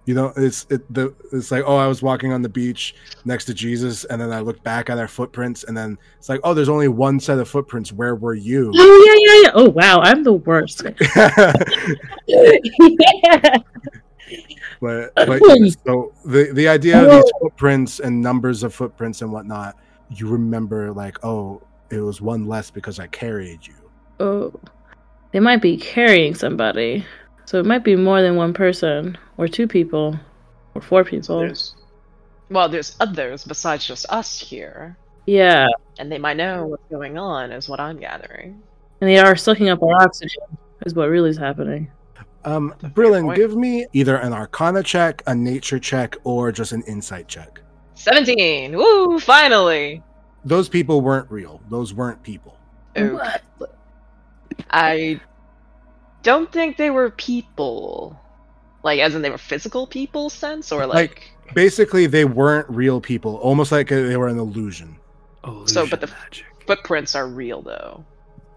S1: You know, it's it the it's like, oh, I was walking on the beach next to Jesus, and then I looked back at our footprints, and then it's like, oh, there's only one set of footprints. Where were you?
S4: Oh yeah, yeah, yeah. Oh wow, I'm the worst. yeah.
S1: but but yeah, so the the idea of these footprints and numbers of footprints and whatnot, you remember like, oh, it was one less because I carried you.
S4: Oh, they might be carrying somebody. So it might be more than one person, or two people, or four people.
S2: There's- well, there's others besides just us here,
S4: Yeah,
S2: and they might know what's going on, is what I'm gathering.
S4: and they are sucking up our oxygen, is what really is happening.
S1: Um,
S2: That's a fair
S1: Brillin,
S2: point.
S1: give me either an Arcana check, a Nature check, or just an Insight check.
S2: 17! Woo! Finally!
S1: Those people weren't real. Those weren't people.
S2: Okay. I don't think they were people. Like, as in they were physical people, sense? Or like.
S1: basically they weren't real people almost like they were an illusion
S2: So, but the-
S5: magic.
S2: footprints are real, though.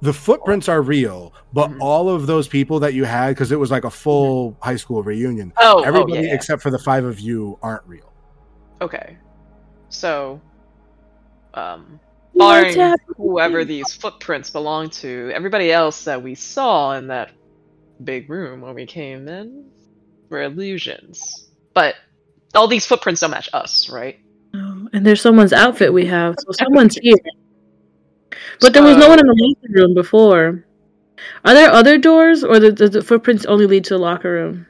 S1: the footprints are real but
S2: Mhm.
S1: all of those people that you had because it was like a full high school reunion
S2: Mm-hmm. Oh,
S1: everybody
S2: oh, yeah, yeah.
S1: except for the five of you aren't real
S2: Okay. So, um,
S4: What's
S2: barring
S4: happening?
S2: whoever these footprints belong to, everybody else that we saw in that big room when we came in were illusions. But all these footprints don't match us, right?
S4: Oh, and there's someone's outfit we have, so someone's here. But there was no one in the locker room before. Are there other doors, or the, the, the footprints only lead to the locker room?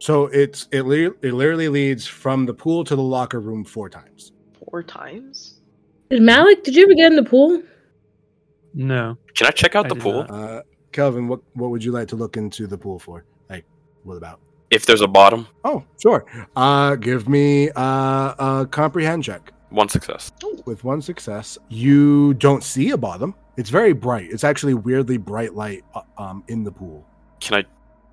S1: so it's it, li- it literally leads from the pool to the locker room four times
S2: Four times?
S4: Did Malik, did you ever get in the pool?
S5: No.
S6: Can I check out
S5: I
S6: the
S5: did
S6: pool?
S5: not.
S1: uh kelvin what what would you like to look into the pool for like what about
S6: If there's a bottom,
S1: oh sure uh give me uh a comprehend check
S6: one success.
S2: Oh,
S1: with one success you don't see a bottom it's very bright it's actually weirdly bright light uh, um, in the pool
S6: Can I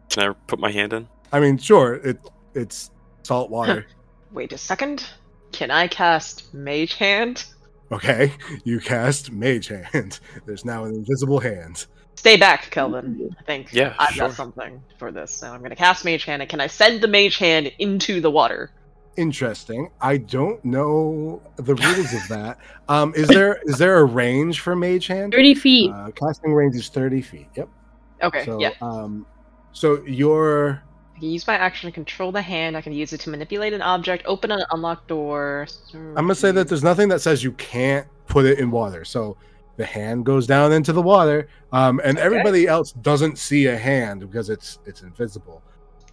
S6: can I put my hand in?
S1: i mean sure it it's salt water
S2: Wait a second. Can I cast Mage Hand?
S1: okay you cast mage hand there's now an invisible hand
S2: Stay back,
S4: Mm-hmm.
S2: Kelvin. I think
S6: Yeah,
S2: I've
S6: sure.
S2: got something for this. So I'm going to cast Mage Hand, and can I send the Mage Hand into the water?
S1: Interesting. I don't know the rules of that. Um, is there is there a range for Mage Hand?
S4: 30 feet.
S1: Uh, casting range is thirty feet. Yep.
S2: Okay,
S1: so,
S2: yeah.
S1: Um, so your
S2: I can use my action to control the hand. I can use it to manipulate an object, open an unlocked door.
S1: I'm gonna say that there's nothing that says you can't put it in water. So the hand goes down into the water, um, and
S2: Okay.
S1: everybody else doesn't see a hand because it's it's invisible.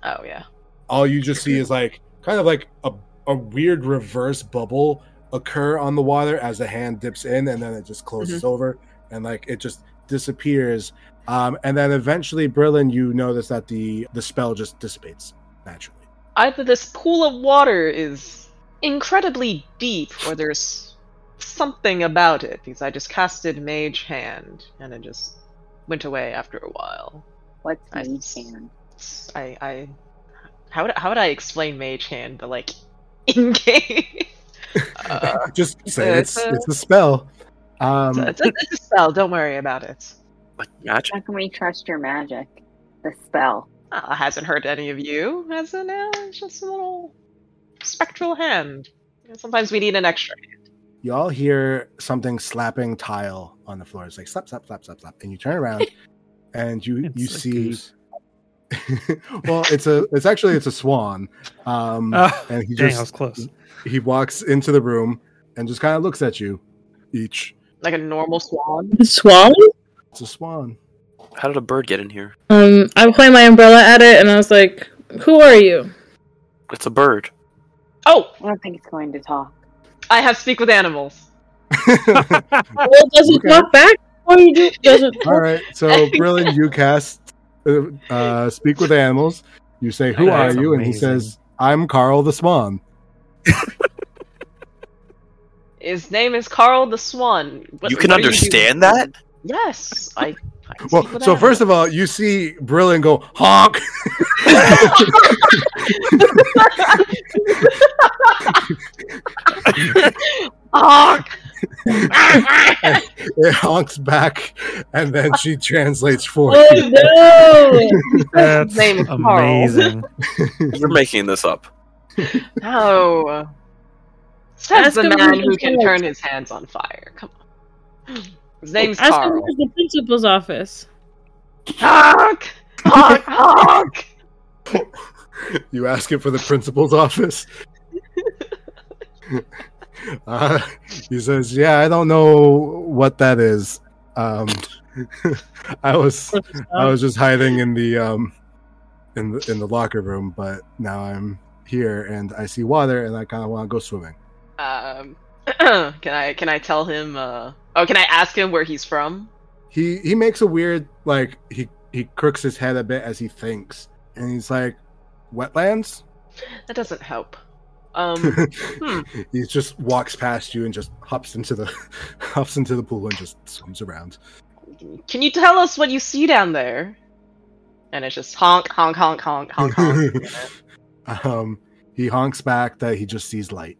S2: Oh yeah.
S1: All you just see is like kind of like a a weird reverse bubble occur on the water as the hand dips in, and then it just closes
S2: Mm-hmm.
S1: over, and like it just disappears. Um, and then eventually, Berlin, you notice that the the spell just dissipates naturally.
S2: Either this pool of water is incredibly deep, or there's something about it because I just casted Mage Hand and it just went away after a while.
S3: What's
S2: I-
S3: mage hand?
S2: I I how would how would I explain Mage Hand? But like in game, uh,
S1: just say
S2: it's
S1: it's
S2: a-
S1: it's a spell. Um,
S2: it's, a, it's a spell. Don't worry about it.
S6: Like magic?
S3: How can we trust your magic? The spell.
S2: Uh, hasn't hurt any of you, has it? Now it's just a little spectral hand. You know, Sometimes we need an extra.
S1: you all hear something slapping tile on the floor. It's like slap, slap, slap, slap, slap, and you turn around and you you
S5: It's a
S1: see.
S5: goose.
S1: well, it's a it's actually it's a swan, um,
S5: Ah,
S1: and he
S5: dang,
S1: just
S5: I was close.
S1: he walks into the room and just kind of looks at you. Each
S2: like a normal swan.
S4: Swallow?
S1: it's a swan.
S6: How did a bird get in here?
S4: Um, I pointed my umbrella at it and I was like, Who are you?
S6: It's a bird.
S2: Oh,
S3: I don't think it's going to talk.
S2: I have speak with animals.
S4: Well, does it
S1: Okay.
S4: walk back? Or you do, does it
S1: all right, so Brilliant, you cast uh, uh, speak with animals. You say, "Who
S5: That's
S1: are you?" And he
S5: amazing.
S1: says, "I'm Carl the Swan."
S2: His name is Carl the Swan. What-
S6: you can
S2: what do do?
S6: understand that?
S2: Yes, I. I can
S1: Well,
S2: speak with
S1: so
S2: animals.
S1: first of all, you see Brillin go honk.
S2: Ah!
S1: It honks back, and then she translates for
S4: Oh
S1: you.
S4: no!
S5: That's
S2: name is Carl.
S5: amazing.
S6: You're making this up.
S2: no. Says
S4: Ask
S2: the
S4: him
S2: man
S4: what
S2: who
S4: he
S2: can
S4: said.
S2: turn his hands on fire. Come on. His name's
S4: Ask him
S2: Carl.
S4: who's the principal's office.
S2: Honk! Honk! Honk!
S1: You ask it for the principal's office. Uh, he says, "Yeah, I don't know what that is. Um, I was I was just hiding in the um, in the, in the locker room, but now I'm here and I see water, and I kind of want to go swimming."
S2: Um, can I can I tell him? Uh, oh, can I ask him where he's from?
S1: he he makes a weird like he he crooks his head a bit as he thinks and he's like wetlands
S2: That doesn't help. Um,
S1: he just walks past you and just hops into the hops into the pool and just swims around
S2: can you tell us what you see down there? And it's just honk, honk, honk, honk, honk, honk. you know?
S1: um he honks back that he just sees light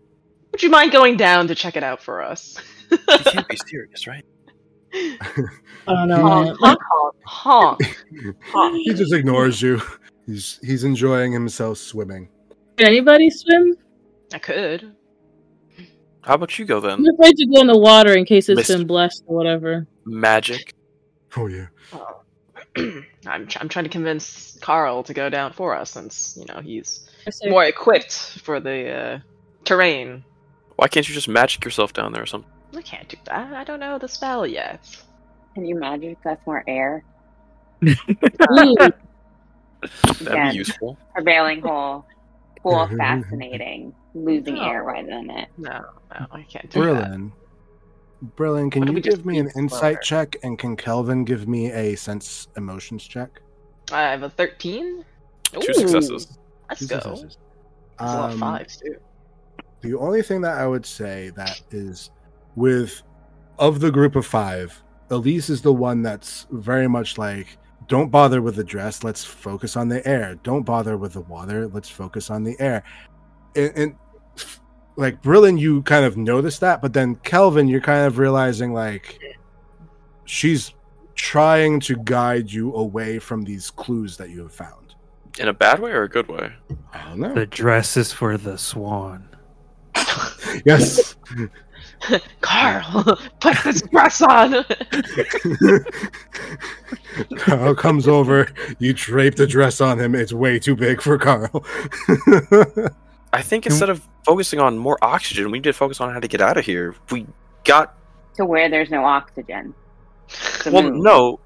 S2: Would you mind going down to check it out for us?
S6: You can't be serious, right?
S4: I don't
S1: know,
S4: know.
S1: man.
S2: honk, honk, honk, honk.
S1: he just ignores you he's he's enjoying himself swimming
S4: Can anybody swim?
S2: I could.
S6: How about you go
S4: I'm
S6: then?
S4: afraid to go in the water in case it's
S6: Mist-
S4: been blessed or whatever.
S6: Magic.
S1: oh yeah
S2: I'm, tr- I'm trying to convince Carl to go down for us since, you know, he's
S4: I say,
S2: more equipped for the uh, terrain.
S6: Why can't you just magic yourself down there or something?
S2: I can't do that. I don't know the spell yet.
S3: Can you magic us more air?
S4: "Ooh,
S6: That'd
S3: Yeah.
S6: be useful.
S3: Prevailing whole. Cool, fascinating. Losing air right in it.
S2: No, no, I can't do that.
S1: Berlin. Berlin, can
S2: Why don't
S1: you
S2: we just
S1: give me an
S2: be
S1: insight
S2: slower?
S1: check and can Kelvin give me a sense emotions check?
S2: I have a 13.
S6: Two
S2: Ooh,
S6: successes.
S2: Let's
S1: Two
S2: go.
S1: successes.
S2: That's a lot of
S1: Um,
S2: fives, too.
S1: The only thing that I would say that is with of the group of five, Elise is the one that's very much like, don't bother with the dress, let's focus on the air. Don't bother with the water, let's focus on the air. And, and like Brillin, you kind of notice that, but then Kelvin, you're kind of realizing like she's trying to guide you away from these clues that you have found.
S6: In a bad way or a good way?
S1: I don't know.
S5: The dress is for the swan.
S1: Yes.
S2: Carl, put this dress on.
S1: Carl comes over. You drape the dress on him. It's way too big for Carl.
S6: I think instead of focusing on more oxygen, we need to focus on how to get out of here. We got
S3: to where there's no oxygen. The
S6: well,
S3: moon.
S6: no.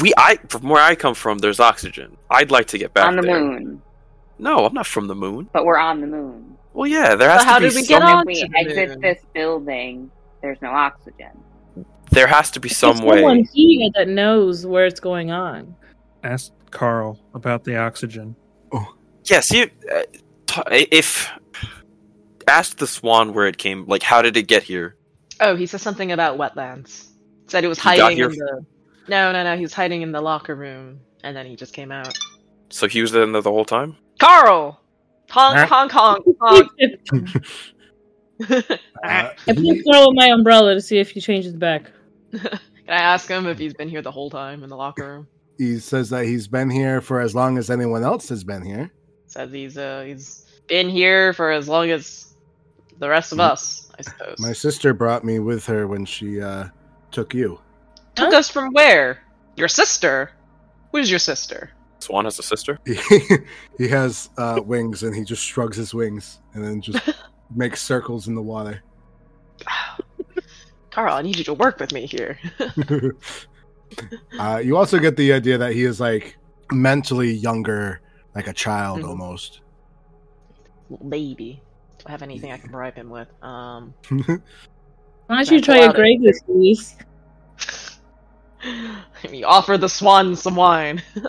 S6: We I from where I come from, there's oxygen. I'd like to get back
S3: on the
S6: there.
S3: moon,
S6: No, I'm not from the moon.
S3: but we're on the moon.
S6: Well, yeah, there has
S2: But how
S6: to be
S2: did we
S6: some,
S2: get
S3: And
S2: on
S3: if we
S2: to the
S3: exit
S2: moon?
S3: this building, there's no oxygen.
S6: there has to be some
S4: There's someone
S6: way.
S4: here that knows where it's going on.
S5: Ask Carl about the oxygen.
S6: Yes, you. Uh, t- if ask the swan where it came, like how did it get here?
S2: oh, he said something about wetlands. Said he was
S6: He got
S2: hiding
S6: here
S2: in the. No, no, no. He was hiding in the locker room, and then he just came out.
S6: So he was in there the whole time.
S2: Carl, honk,
S5: Huh?
S2: honk, honk, honk.
S4: I
S1: Uh,
S4: put
S1: he-
S4: throw my umbrella to see if he changes back.
S2: Can I ask him if he's been here the whole time in the locker room?
S1: he says that he's been here for as long as anyone else has been here.
S2: Says he's uh, he's been here for as long as the rest of
S1: Mm.
S2: us, I suppose.
S1: My sister brought me with her when she uh, took you.
S2: Took us from where? Your sister. Who's your sister?
S6: Swan has a sister.
S1: he has uh, wings, and he just shrugs his wings and then just makes circles in the water.
S2: Carl, I need you to work with me here.
S1: uh, you also get the idea that he is like mentally younger, like a child
S2: Mhm.
S1: almost.
S2: Maybe. Do I have anything I can bribe him with? Um.
S4: Why don't you
S2: That's
S4: try your
S2: allowed.
S4: Grey Goose, please?
S2: you offer the swan some wine. um,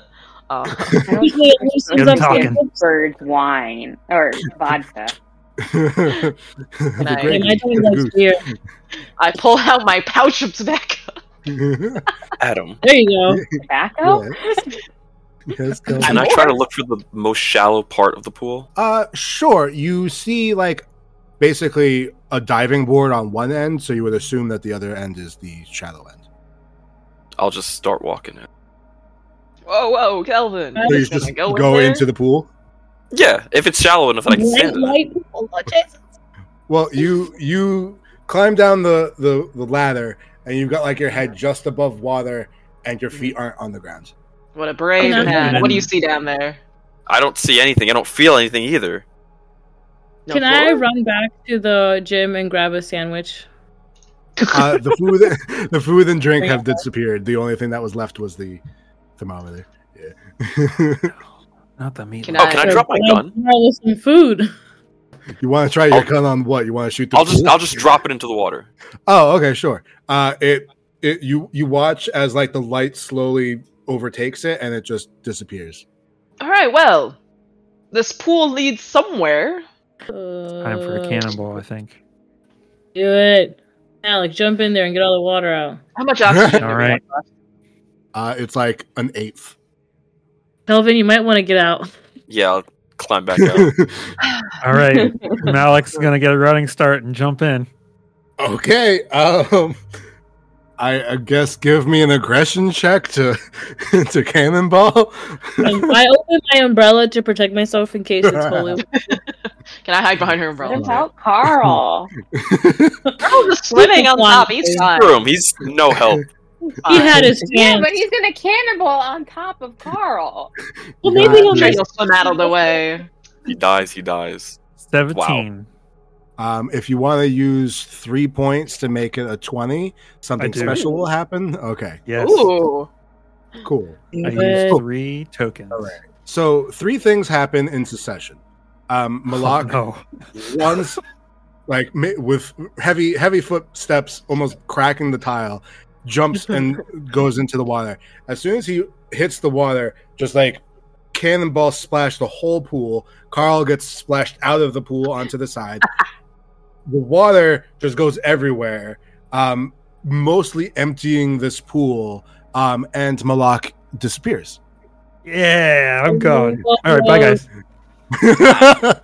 S3: I don't
S4: Usually it
S3: think
S4: loosens
S5: Get him
S4: up
S5: talking.
S4: the hips,
S3: birds wine or vodka.
S1: The
S2: I-
S1: great
S4: and I
S1: goose,
S4: don't like
S1: goose.
S4: beer.
S2: I pull out my pouch of tobacco.
S6: Adam,
S4: There you go.
S3: Tobacco?
S1: Yes, go.
S6: can I try to look for the most shallow part of the pool?
S1: Uh, sure. You see, like, basically a diving board on one end, so you would assume that the other end is the shallow end.
S6: I'll just start walking it.
S2: Whoa, whoa, Kelvin!
S4: So
S1: So
S4: You're
S1: you
S2: You're
S1: just
S2: gonna
S1: go,
S2: in there?
S1: into the pool.
S6: Yeah, if it's shallow enough that I can
S4: White,
S6: stand in it.
S4: white people watch it.
S1: Well, you you climb down the the, the ladder, and you've got like your head just above water, and your feet aren't on the ground.
S2: What a brave
S4: Okay.
S2: man! What do you see down there?
S6: I don't see anything. I don't feel anything either.
S2: No
S4: Can I
S2: floor?
S4: run back to the gym and grab a sandwich?
S1: Uh, the food the food and drink have disappeared. The only thing that was left was the thermometer. Yeah.
S5: Not the meat.
S2: Can
S6: Oh, can I
S4: So
S6: drop my
S4: can
S6: gun?
S4: borrow some food.
S1: you want to try your
S6: I'll-
S1: gun on what? You want to shoot? The
S6: I'll just
S1: pool?
S6: I'll just drop it into the water.
S1: Oh, okay, sure. Uh, it it you you watch as like the light slowly overtakes it and it just disappears.
S2: All right. Well, this pool leads somewhere.
S5: Time for a
S4: Uh,
S5: cannonball, I think.
S4: Do it. Alec, jump in there and get all the water out.
S2: How much oxygen?
S5: All
S2: do we have
S5: right.
S2: left?
S1: Uh, it's like an eighth.
S4: Kelvin, you might want to get out.
S6: Yeah, I'll climb back out.
S5: All right, Malik's gonna get a running start and jump in.
S1: okay, um, I, I guess give me an aggression check to to cannonball.
S4: Um, I open my umbrella to protect myself in case it's fully.
S2: Can I hide behind her umbrella?
S3: What about Carl?
S2: Carl was swimming on
S4: One.
S2: top. He's fine.
S6: Room. He's no help.
S4: He had his
S3: yeah,
S4: hand.
S3: but he's gonna cannibal on top of Carl.
S4: Well, maybe he'll
S2: Sure,
S4: just
S2: he'll swim out of the way.
S6: He dies. He dies.
S5: Seventeen.
S1: um, if you want to use three points to make it a twenty, something
S5: do.
S1: special will happen. Okay,
S5: Yes.
S2: Ooh.
S1: cool.
S5: I
S4: do it.
S5: used three tokens.
S1: All right. So three things happen in succession. Um, Malak
S5: Oh,
S1: runs like ma- with heavy heavy footsteps almost cracking the tile jumps and goes into the water as soon as he hits the water just like cannonball splash the whole pool carl gets splashed out of the pool onto the side the water just goes everywhere um, mostly emptying this pool um, and malak disappears
S5: no. Yeah, I'm going. All right, bye guys.
S2: I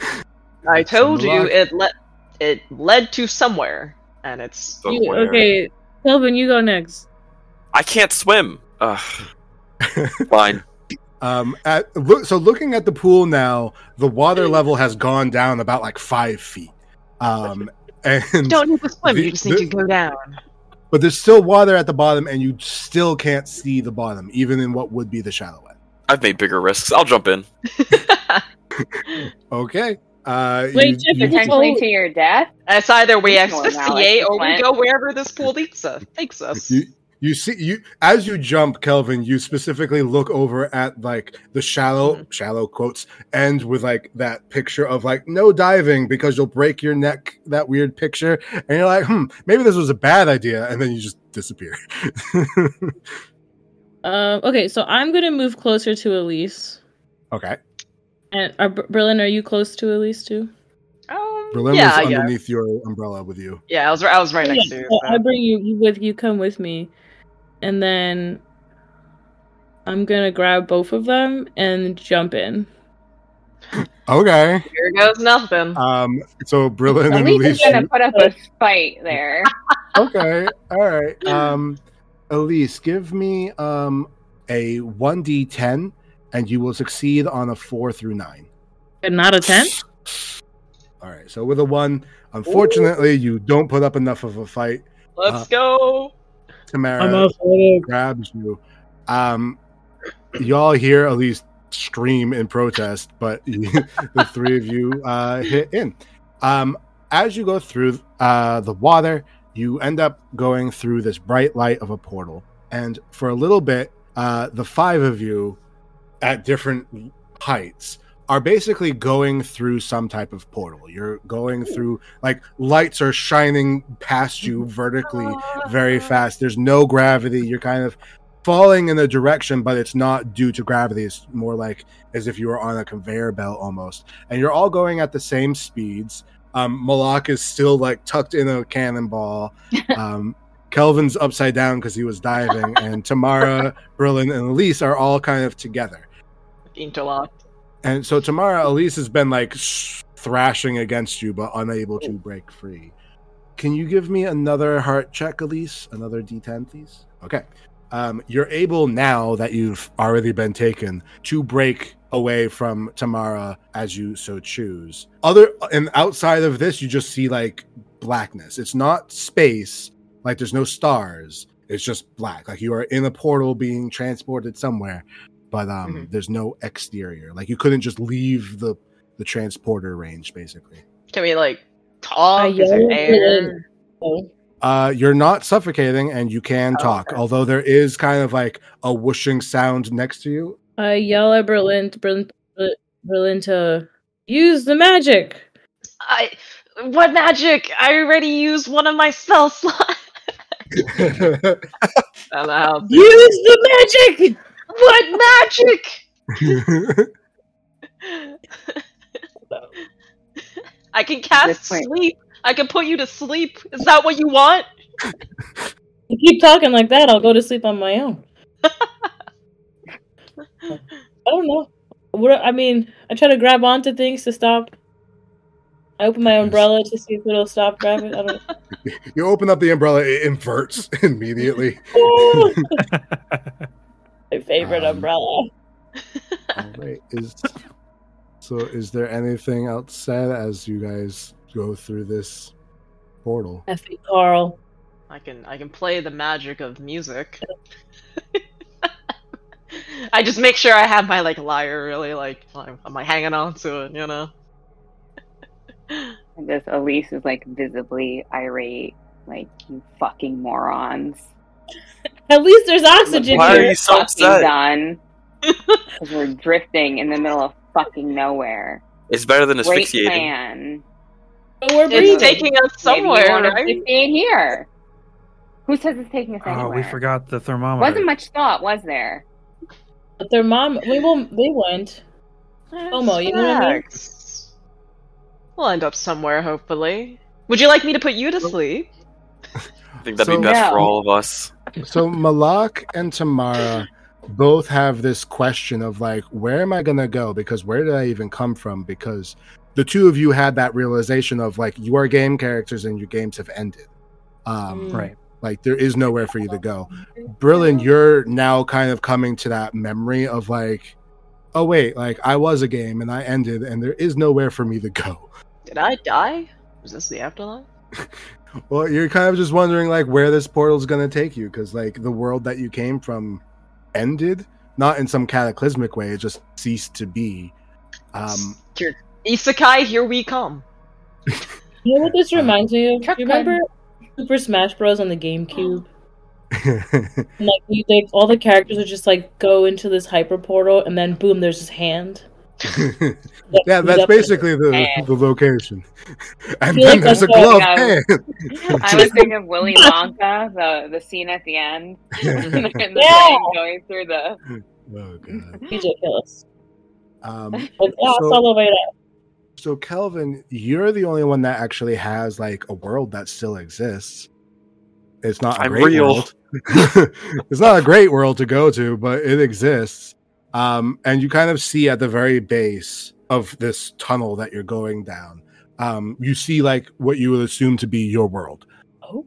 S1: That's
S2: told you
S1: Malak.
S2: it led. It led to somewhere, and it's
S6: So
S4: You-
S6: where-
S4: okay, Kelvin, you go next.
S6: I can't swim. Ugh. Fine.
S1: Um, at, look, so looking at the pool now, the water level has gone down about like five feet. Um, and
S2: Don't need to swim.
S1: The-
S2: you just need to
S1: the-
S2: go down.
S1: but there's still water at the bottom, and you still can't see the bottom, even in what would be the shallow end.
S6: I've made bigger risks. I'll jump in.
S1: Okay. Uh,
S4: Wait, Jeff, you just-
S3: Potentially to your death.
S2: It's either we
S3: Keep going,
S2: asphyxiate
S3: Alex.
S2: or we
S3: Flint.
S2: go wherever this pool leads us. Takes us.
S1: You, you see, you as you jump, Kelvin, you specifically look over at like the shallow, shallow quotes end with like that picture of like no diving because you'll break your neck. That weird picture, and you're like, hmm, maybe this was a bad idea, and then you just disappear.
S4: Um, okay, so I'm gonna move closer to Elise.
S1: okay,
S4: And are, Berlin, are you close to Elise too?
S2: Um,
S1: Berlin
S2: yeah,
S1: was
S2: yeah,
S1: underneath your umbrella with you.
S2: yeah. I was I was right next to
S4: Yeah,
S2: you.
S4: so
S2: so-
S4: I bring you, you with you. Come with me, and then I'm gonna grab both of them and jump in.
S1: Okay,
S2: Here goes nothing.
S1: um, so Brilliant and
S3: Elise is
S1: Elise.
S3: going to
S1: you-
S3: put up a fight there.
S1: okay, all right. Um, Elise, give me um a one d ten, and you will succeed on a four through nine.
S4: And not a ten.
S1: All right. So with a one, unfortunately, you don't put up enough of a fight. uh.
S2: Let's go.
S1: Tamara
S4: I'm afraid.
S1: grabs you. Um, y'all hear at least scream in protest, but the three of you uh, hit in. Um, as you go through uh, the water, you end up going through this bright light of a portal. And for a little bit, uh, the five of you at different heights are basically going through some type of portal. You're going through, like, lights are shining past you vertically very fast. There's no gravity. You're kind of falling in a direction, but it's not due to gravity. It's more like as if you were on a conveyor belt almost. And you're all going at the same speeds. Um, Malak is still like tucked in a cannonball. Um, Kelvin's upside down because he was diving, and Tamara, Berlin, and Elise are all kind of together.
S2: Interlocked.
S1: And so Tamara, Elise has been like s- thrashing against you, but unable to break free. Can you give me another heart check, Elise? Another D10, please? Okay. Um, you're able now that you've already been taken to break away from Tamara as you so choose. Other and outside of this, you just see like blackness. It's not space, like there's no stars. It's just black. Like you are in a portal being transported somewhere but um
S2: Mhm.
S1: there's no exterior like you couldn't just leave the the transporter range basically
S2: Can we like talk?
S4: I
S2: Is there
S4: yelled
S2: air?
S1: uh you're not suffocating and you can
S2: Oh,
S1: talk
S2: okay.
S1: although there is kind of like a whooshing sound next to you
S4: I yell at Berlin, Berlin, Berlin to use the magic.
S2: I what magic? I already used one of my spell slots. I don't know how-
S4: Use the magic.
S2: What magic? I can cast
S3: This way.
S2: sleep. I can put you to sleep. Is that what you want?
S4: You keep talking like that, I'll go to sleep on my own. I don't know. What I mean, I try to grab onto things to stop. I open my umbrella to see if it'll stop grabbing. I don't
S1: you open up the umbrella it inverts immediately
S4: know. Oh, my favorite
S1: Um,
S4: umbrella.
S1: all right is so is there anything else said as you guys go through this portal
S4: Effie Carl.
S2: I can I can play the magic of music. I just make sure I have my like lyre really like am am I hanging on to it, you know?
S3: And just Elise is like visibly irate, like, you fucking morons.
S4: At least there's oxygen
S6: Why are
S4: here.
S6: you so
S3: fucking
S6: upset?
S3: done. Because we're drifting in the middle of fucking nowhere.
S6: It's better than
S3: Great
S6: asphyxiating.
S3: plan.
S4: But we're breathing.
S2: It's taking us
S3: Maybe you
S2: somewhere,
S3: want us
S2: right?
S3: to stay in here. Who says it's taking us anywhere?
S5: Oh, we forgot the thermometer.
S3: Wasn't much thought, was there?
S4: But their mom. We will. They went. FOMO, you know what I mean?
S2: Relax. We'll end up somewhere, hopefully. Would you like me to put you to sleep?
S6: I think that'd
S1: So-
S6: be best for
S3: No.
S6: all of us.
S1: so Malak and Tamara both have this question of like, where am I gonna go? Because where did I even come from? Because the two of you had that realization of like you are game characters and your games have ended. Um,
S4: Mm.
S5: Right.
S1: like there is nowhere for you to go. Brillin, you're now kind of coming to that memory of like oh wait, like I was a game and I ended, and there is nowhere for me to go.
S2: Did I die? Is this the afterlife?
S1: Well, you're kind of just wondering like where this portal's gonna take you, because like the world that you came from ended, not in some cataclysmic way, it just ceased to be. Um,
S2: Here- Isekai, here we come.
S4: You know what this reminds me of?
S7: Truck
S4: Remember Super Smash Bros. on the GameCube? And, like you, they, all the characters would just like go into this hyper portal, and then boom, there's his hand. that
S1: yeah,
S4: comes
S1: that's
S4: up and-
S1: basically the,
S3: hand.
S1: the location. And
S4: feel
S1: then
S4: like
S1: there's a
S4: that's what
S1: glove
S3: I
S1: hand.
S3: I was thinking of Willy Wonka, the the scene at the end, and the plane
S4: Yeah.
S3: going through the.
S1: oh, God.
S4: DJ kill us.
S1: Um,
S4: Like, ah,
S1: So-
S4: it's all the way up.
S1: so, Kelvin, you're the only one that actually has like a world that still exists. It's not a
S6: I'm
S1: great
S6: real.
S1: world. it's not a great world to go to, but it exists. Um, and you kind of see at the very base of this tunnel that you're going down, um, you see like what you would assume to be your world.
S4: Oh.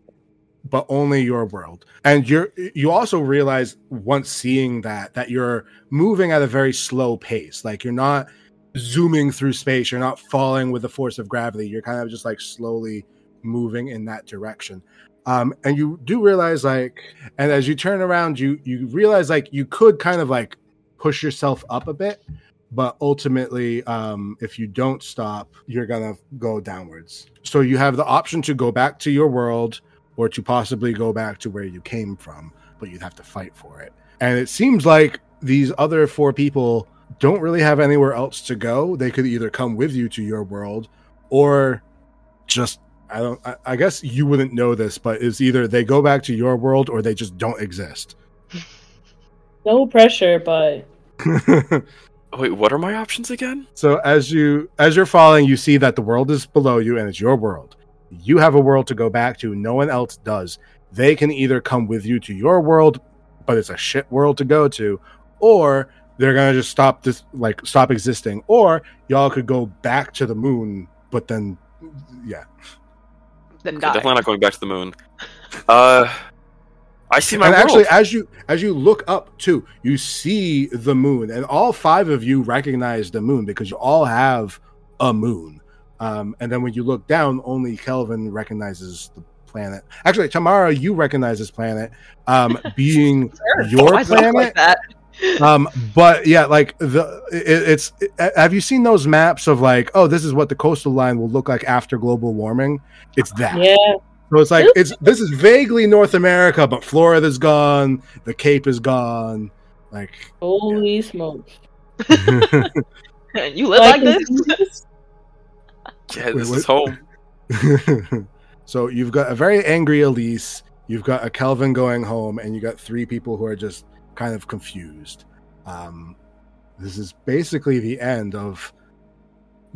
S1: But only your world. And you're you also realize once seeing that that you're moving at a very slow pace. Like you're not zooming through space, you're not falling with the force of gravity. You're kind of just like slowly moving in that direction. Um, and you do realize like and as you turn around you you realize like you could kind of like push yourself up a bit but ultimately um if you don't stop you're gonna go downwards so you have the option to go back to your world or to possibly go back to where you came from but you'd have to fight for it and it seems like these other four people don't really have anywhere else to go they could either come with you to your world or just I don't. I, I guess you wouldn't know this, but it's either they go back to your world or they just don't exist.
S4: No pressure, but
S6: Wait, what are my options again?
S1: so as you as you're falling, you see that the world is below you and it's your world. You have a world to go back to. No one else does. They can either come with you to your world, but it's a shit world to go to, or they're gonna just stop this, like stop existing. Or y'all could go back to the moon, but then, yeah.
S2: Then
S6: I'm
S2: die.
S6: definitely not going back to the moon. Uh, I see my
S1: and
S6: world.
S1: actually as you as you look up too you see the moon and all five of you recognize the moon because you all have a moon um, and then when you look down only kelvin recognizes the planet actually tamara you recognize this planet um, being your
S2: Why'd you look
S1: planet?
S2: Like that?
S1: um, but yeah like the it, it's have you seen those maps of like oh this is what the coastal line will look like after global warming it's that
S4: yeah,
S1: so it's like it's this is vaguely North America, but Florida's gone, the Cape is gone. Like
S4: holy smokes.
S2: you live like, this?
S6: yeah,
S1: Wait,
S6: this
S1: what?
S6: is home.
S1: so you've got a very angry Elise, you've got a Kelvin going home, and you got three people who are just kind of confused. Um, this is basically the end of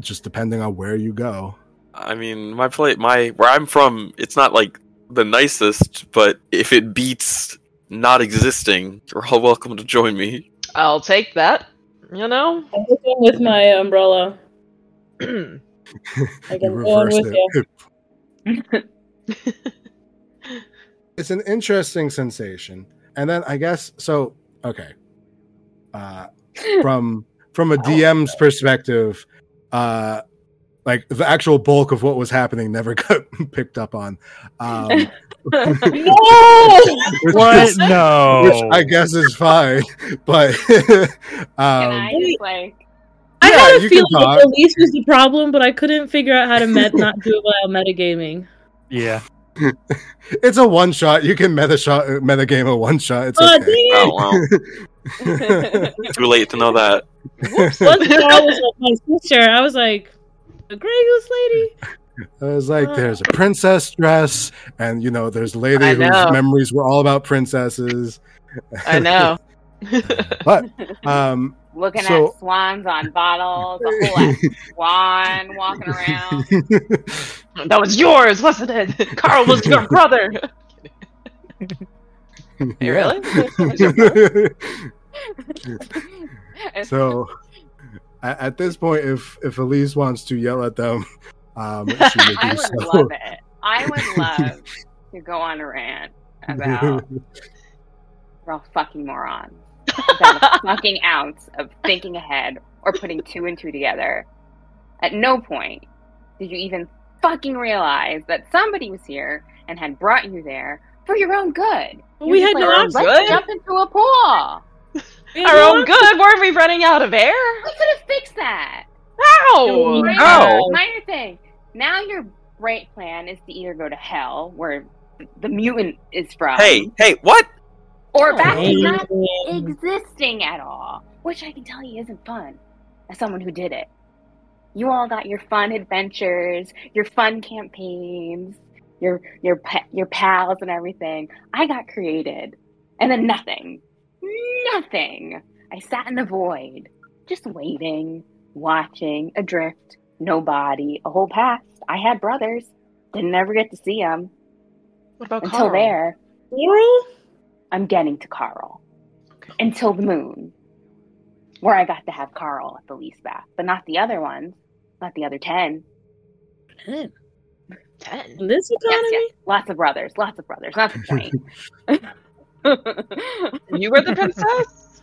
S1: just depending on where you go.
S6: I mean, my play, my where I'm from, it's not like the nicest, but if it beats not existing, you're all welcome to join me.
S2: I'll take that. You know?
S4: I'm going with my umbrella. Like,
S1: You
S4: I'm going
S1: reversed
S4: with you.
S1: it. it's an interesting sensation. And then I guess so okay. Uh from from a DM's perspective, uh like the actual bulk of what was happening never got picked up on. Um
S4: No!
S1: which
S5: What?
S1: is- which
S5: No.
S1: I guess is fine, but
S3: Can
S1: um
S3: I just like?
S4: I
S1: Yeah,
S4: had a
S1: you can
S4: feeling that
S1: talk.
S4: Elise was the problem, but I couldn't figure out how to med- not do it while metagaming.
S5: Yeah.
S1: it's a one shot. You can meta shot meta game a one shot. It's
S4: Oh,
S1: okay.
S4: dang it!
S6: Oh well, too late to know that.
S4: Once I was with my sister, I was like, the Grey Goose lady?
S1: I was like, there's a princess dress, and you know, there's a lady
S2: I
S1: whose
S2: know.
S1: memories were all about princesses.
S2: I know.
S1: But um,
S3: Looking
S1: So-
S3: at swans on bottles, a whole ass swan walking around.
S2: that was yours, wasn't it? Carl was your brother.
S1: yeah.
S2: really?
S3: It's
S1: so at, at this point, if if Elise wants to yell at them, um, she may do
S3: I would
S1: so.
S3: love it. I would love to go on a rant about we're all fucking morons. not a fucking ounce of thinking ahead or putting two and two together. At no point did you even fucking realize that somebody was here and had brought you there for your own good.
S4: But
S3: You
S4: we
S3: were
S4: had
S3: just
S4: no
S3: like,
S4: option.
S3: Let's jump into a pool.
S4: We had
S2: Our
S4: no
S2: own good. Weren't we running out of air?
S3: We could have fixed that.
S2: Ow!
S4: Right.
S6: Ow!
S3: Minor thing. Now your right plan is to either go to hell, where the mutant is from,
S6: Hey, hey, what?
S3: or back to
S4: option.
S3: not
S4: Mm-hmm.
S3: existing at all, which I can tell you isn't fun as someone who did it. You all got your fun adventures, your fun campaigns, your your pa- your pals and everything. I got created, and then nothing, nothing. I sat in the void, just waiting, watching, adrift, no body, a whole past. I had brothers, didn't ever get to see them
S2: What about
S3: until
S2: Carl?
S3: there.
S4: Oral?
S3: I'm getting to Carl until the moon, where I got to have Carl at the least bath, but not the other ones, not the other 10.
S2: Ten.
S4: In
S3: Yes,
S4: this economy?
S3: yes. Lots of brothers, lots of brothers, not the point.
S2: You were the princess.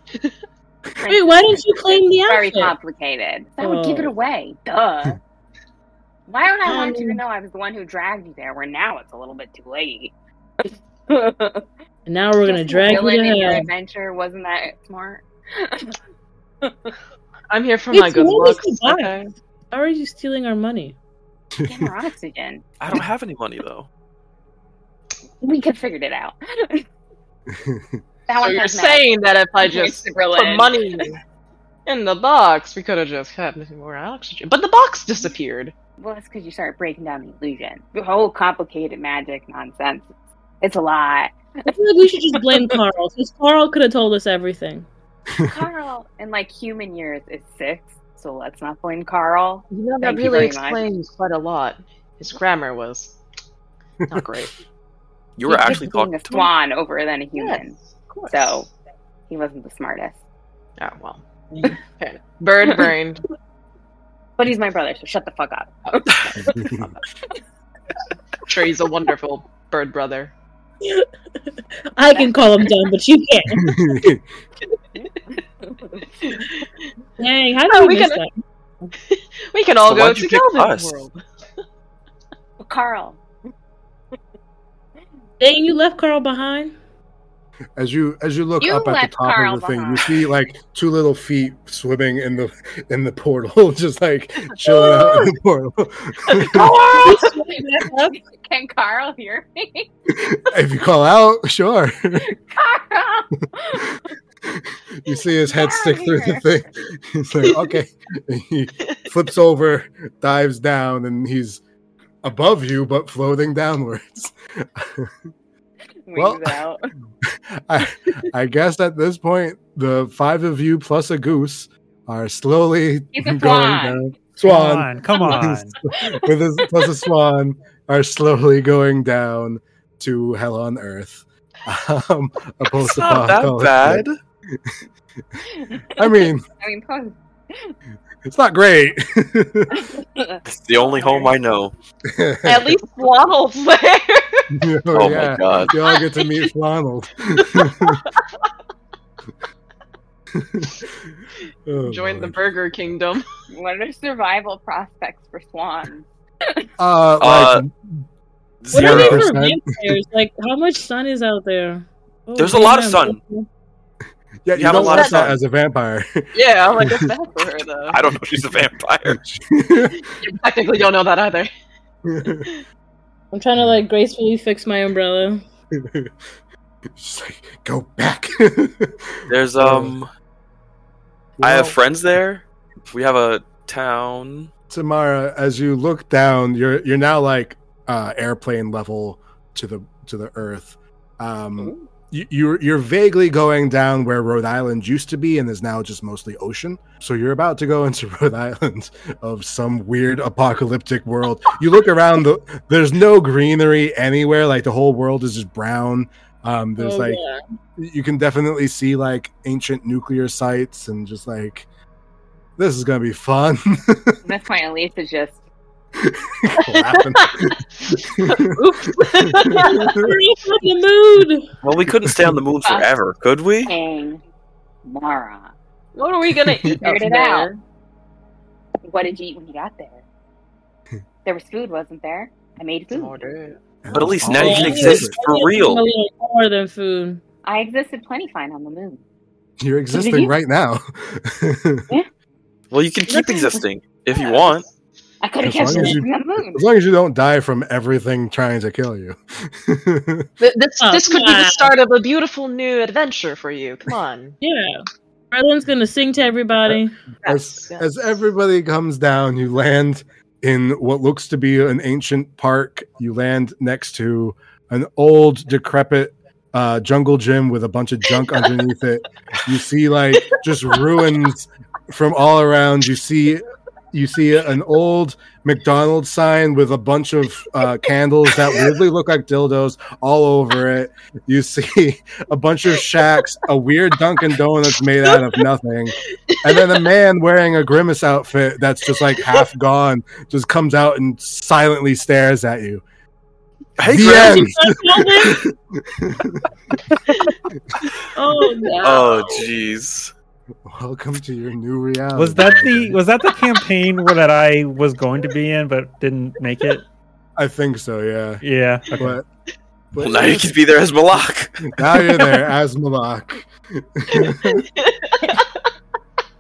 S4: Wait, why didn't you claim the
S3: Very
S4: outfit?
S3: complicated. I would give it
S4: Oh.
S3: away. Duh.
S2: Hmm.
S3: Why would I want you to
S4: Um.
S3: know I was the one who dragged you there? Where now it's a little bit too late.
S4: And now we're gonna
S3: Just
S4: drag you
S3: villain
S4: to
S3: in your
S4: hell.
S3: adventure wasn't that smart.
S2: I'm here for
S4: It's
S2: my good
S4: more
S2: looks.
S4: than she got.
S2: Okay.
S4: How are you stealing our money?
S3: Give her oxygen.
S6: I don't have any money though.
S3: We could figured it out. That
S2: So
S3: one
S2: you're
S3: has
S2: saying that if I
S3: Okay,
S2: just
S3: Skrillin.
S2: put money in the box, we could have just had more oxygen. But the box disappeared.
S3: Well, that's because you start breaking down the illusion. The whole complicated magic nonsense. It's a lot.
S4: I feel like we should just blame Carl, because Carl could have told us everything.
S3: Carl, in like human years, is six, so let's not blame Carl.
S2: You know,
S3: Thank
S2: that
S3: you
S2: really
S3: very much.
S2: explains quite a lot. His grammar was not great.
S6: You were
S3: He was
S6: actually
S3: being
S6: talking
S3: a
S6: to me.
S3: swan over than a human.
S2: Yes, of course.
S3: So he wasn't the smartest,
S2: Oh, well. Fair enough. Bird brained.
S3: but he's my brother, so shut the fuck up.
S2: Sure, he's a wonderful bird brother.
S4: I can call him dumb, but you can't. Dang, how did
S2: Oh,
S4: we,
S2: we
S4: miss
S2: gotta-
S4: that?
S2: We can all
S6: So
S2: go
S6: why'd
S2: to
S6: you pick
S2: Galvin's
S6: us?
S2: world.
S3: Carl,
S4: Dang, you left Carl behind.
S1: As you as you look
S3: You
S1: up at
S3: left
S1: the top
S3: Carl
S1: of the thing, you
S3: behind.
S1: see like two little feet swimming in the in the portal, just like chilling out in the portal.
S3: can Carl hear me?
S1: if you call out, sure.
S3: Carl,
S1: you see his head
S3: Get
S1: stick
S3: outta
S1: through the
S3: here.
S1: thing. He's like, okay. And he flips over, dives down, and he's above you but floating downwards. Well-
S3: Wings out.
S1: I, I guess at this point, the five of you plus a goose are slowly
S3: He's a
S1: going
S3: swan.
S1: down. Swan
S5: Come on, come on.
S1: with his plus a swan are slowly going down to hell on earth. Um, a
S6: It's not that
S1: post-apocalyptic-
S6: bad.
S1: I mean,
S3: I mean, pose.
S1: it's not great.
S6: It's the only home I know.
S2: At least Waddle's there.
S1: oh,
S6: Oh
S1: yeah.
S6: my god.
S1: You all get to meet Flannel. Oh,
S2: Join the
S1: boy.
S2: Burger Kingdom.
S3: what are survival prospects for swans?
S1: uh, like,
S4: What are
S1: Zero
S4: they
S6: Zero.
S4: for
S1: percent.
S4: vampires? Like, how much sun is out there? Oh,
S6: There's a lot of
S4: damn.
S6: sun.
S1: yeah,
S6: You
S1: you
S6: have
S1: don't
S6: a lot
S1: want
S6: of
S1: that
S6: time.
S1: as a vampire.
S2: Yeah, I'm like, that's bad for her, though.
S6: I don't know if she's a vampire.
S2: You technically don't know that either.
S4: I'm trying to like gracefully fix my umbrella.
S1: She's like, go back.
S6: There's um I have friends there. We have a town.
S1: Tamara, as you look down, you're you're now like uh, airplane level to the to the earth. Um, you, you're you're vaguely going down where Rhode Island used to be, and is now just mostly ocean. So you're about to go into Rhode Island of some weird apocalyptic world. you look around; the, there's no greenery anywhere. Like the whole world is just brown. Um, there's
S4: Oh,
S1: like
S4: yeah.
S1: you can definitely see like ancient nuclear sites, and just like this is gonna be fun.
S3: At this point, Elise is just
S1: Clapping.
S2: Oops.
S4: Hurry up with the mood.
S6: Well, we couldn't stay on the moon forever, could we?
S3: hang. Mara.
S2: What are we gonna eat up
S3: Figured it
S2: there?
S3: out. What did you eat when you got there? there was food, wasn't there? I made
S2: It's an
S3: food.
S2: order.
S6: But at least now you
S4: Oh,
S6: can
S4: yeah.
S6: exist for
S4: A
S6: real.
S4: little more than food.
S3: I existed plenty fine on the moon.
S1: You're existing
S3: you-
S1: right now. as
S6: Well, you can keep
S3: Nothing-
S6: existing if you want.
S3: I could have
S1: As
S3: kept
S1: long as
S3: living
S1: you-
S3: on the moon.
S1: long as you don't die from everything trying to kill you.
S2: Th- This,
S4: Oh,
S2: this could be
S4: come
S2: the
S4: on.
S2: start of a beautiful new adventure for you. Come on.
S4: Yeah. Everyone's gonna sing to
S6: Uh,
S4: everybody.
S1: as,
S2: Yes,
S1: as
S2: yes.
S1: everybody comes down, you land in what looks to be an ancient park. You land next to an old, decrepit uh, jungle gym with a bunch of junk underneath it. You see, like, just ruins from all around. You see. You see an old McDonald's sign with a bunch of uh, candles that weirdly look like dildos all over it. You see a bunch of shacks, a weird Dunkin' Donuts made out of nothing and then a man wearing a grimace outfit that's just like half gone just comes out and silently stares at you.
S6: Hey,
S1: The
S6: Greg.
S1: end.
S4: oh no.
S6: Oh, jeez.
S1: Welcome to your new reality.
S5: Was that
S1: my
S5: the
S1: friend.
S5: was that the campaign where that I was going to be in but didn't make it?
S1: I think so. Yeah.
S5: Yeah. Okay.
S1: But, but
S6: Well, now you can be there as Malak.
S1: now you're there as Malak.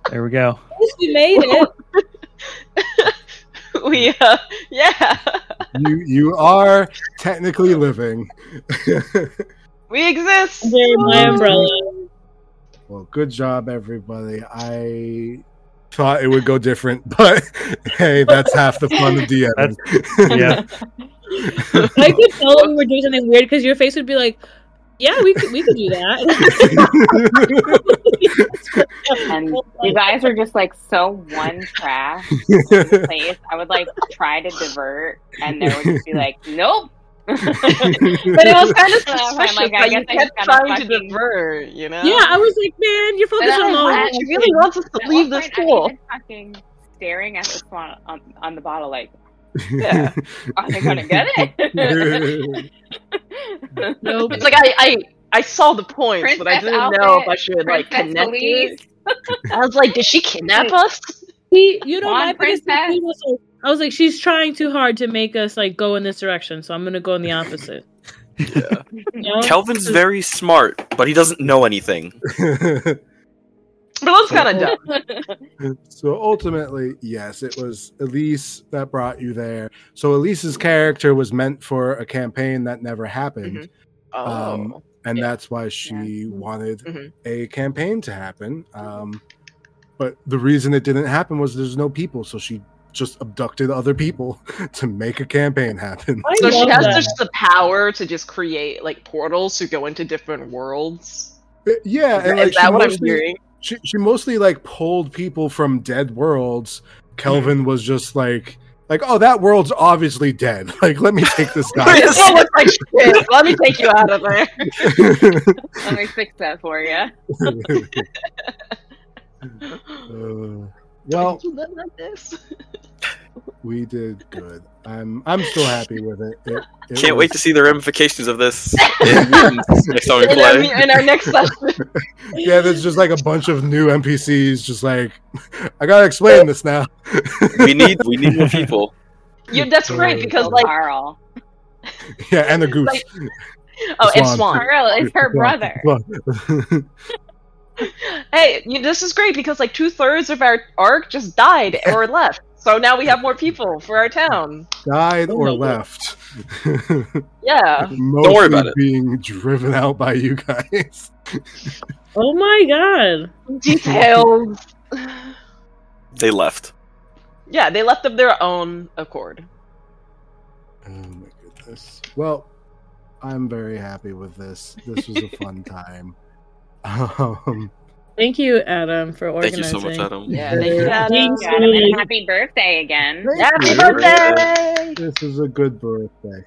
S5: There we go.
S4: At least we made it.
S2: we uh, yeah,
S1: You you are technically living.
S2: we exist.
S4: Under my umbrella.
S1: well, good job, everybody. I thought it would go different, but hey, that's half the fun of DMing.
S5: Yeah.
S4: I could tell we were doing something weird because your face would be like, "Yeah, we could, we could do that."
S3: And you guys were just like so one track place. I would like try to divert, and there would just be like, nope.
S2: But it was kind of suspicious
S3: Yeah, I'm like, Oh,
S2: that
S3: I guess
S2: you
S3: I
S2: kept
S3: just gotta
S2: trying to
S3: fucking-
S2: divert. You know?
S4: yeah, I was like, "Man, you're focused
S3: But
S4: on
S3: I'm
S4: long."
S3: glad
S2: She really wants us to
S3: At
S2: leave
S3: one
S2: the
S3: point, I'm
S2: school.
S3: even fucking staring at the swan on, on the bottle, like,
S2: Yeah.
S3: are they gonna get it?
S4: Nope.
S2: It's like I, I, I saw the points, but I
S3: Princess
S2: didn't know if I
S3: outfit,
S2: should like
S3: Princess
S2: connect
S3: Elise,
S2: it. I was like, did she kidnap us?
S4: He, you know,
S3: Blonde
S4: my biggest thing
S3: princess.
S4: was like, I was like, "She's trying too hard to make us like go in this direction, so I'm gonna go in the opposite."
S6: Yeah.
S4: You know?
S6: Kelvin's very smart, but he doesn't know anything.
S2: But it was kind of dumb.
S1: so ultimately, yes, it was Elise that brought you there. So Elise's character was meant for a campaign that never happened,
S2: Mhm.
S1: Um,
S2: Oh.
S1: and
S2: Yeah.
S1: that's why she wanted
S2: Mhm.
S1: a campaign to happen.
S2: Mm-hmm.
S1: Um, but the reason it didn't happen was there's no people, so she just abducted other people to make a campaign happen.
S4: I
S2: so she
S4: love
S2: has
S4: that.
S2: just the power to just create like portals to go into different worlds.
S1: Yeah,
S2: Is
S1: and
S2: that-
S1: like
S2: is that
S1: Uh, she
S2: what I'm
S1: mostly-
S2: hearing?
S1: she, she mostly like pulled people from dead worlds. Kelvin was just like like oh that world's obviously dead. Like let me take this guy.
S2: It all looks like shit. Let me take you out of there.
S3: Let me fix that for you.
S1: Uh, well,
S2: you live like this?
S1: we did good. I'm I'm still happy with it. It- it
S6: Can't
S1: was-
S6: wait to see the ramifications of this in Mutants next time we
S2: In our,
S6: play.
S2: in our next session,
S1: Yeah, there's just like a bunch of new NPCs. Just like I gotta explain this now.
S6: We need we need more people.
S2: you, that's great because like
S3: Carl.
S1: Yeah, and the goose.
S2: Like- oh, and
S1: Swan.
S2: Swan.
S3: Carl is her
S1: Yeah,
S3: brother.
S1: well,
S2: Hey, you, this is great because like two thirds of our arc just died or left. So now we have more people for our town.
S1: died or
S4: Oh my
S1: left.
S2: Yeah.
S1: Mostly
S6: Uh, worry about it.
S1: Being driven out by you guys.
S4: oh my god!
S2: Details.
S6: They left.
S2: yeah, they left of their own accord.
S1: Oh my goodness. Well, I'm very happy with this. This was a fun time. Um,
S4: Thank you, Adam, for
S6: Thank
S4: organizing.
S6: you so much, Adam.
S2: Yeah, thank you,
S1: Yeah.
S2: Adam.
S4: Thanks.
S3: Adam, and happy birthday again.
S2: Happy
S6: Happy
S2: birthday!
S1: this is a good birthday.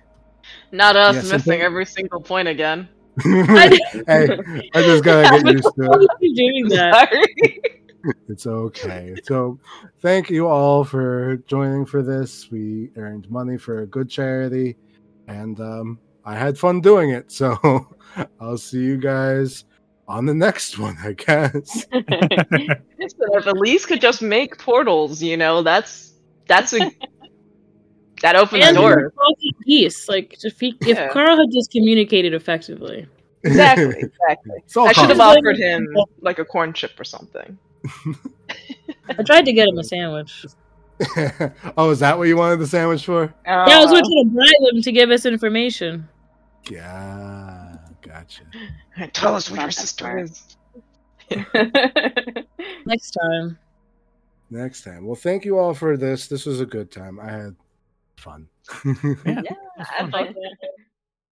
S2: Not us
S1: Yes,
S2: missing
S1: okay.
S2: every single point again.
S1: hey, I just gotta get used
S4: Why
S1: to
S4: are
S1: it.
S4: you doing that?
S2: Sorry.
S1: It's okay. So, thank you all for joining for this. We earned money for a good charity, and um, I had fun doing it. So, I'll see you guys on the next one, I guess.
S2: if Elise could just make portals, you know, that's that's a that opens
S4: And
S2: doors.
S4: we're talking peace. Like if, he, if
S2: Yeah.
S4: Carl had just communicated effectively,
S2: Exactly, exactly.
S1: It's all
S2: I should have
S1: karma.
S4: Like-
S2: offered him like a corn chip or something.
S4: I tried to get him a sandwich.
S1: oh, is that what you wanted the sandwich for?
S4: yeah, I was trying to bribe him to give us information.
S1: Yeah, gotcha.
S2: Tell us where
S3: Not
S2: your
S3: that
S2: sister
S3: far.
S2: is.
S3: Oh.
S4: Next time,
S1: Next time. Well, thank you all for this. This was a good time. I had fun.
S5: Yeah.
S2: I like that.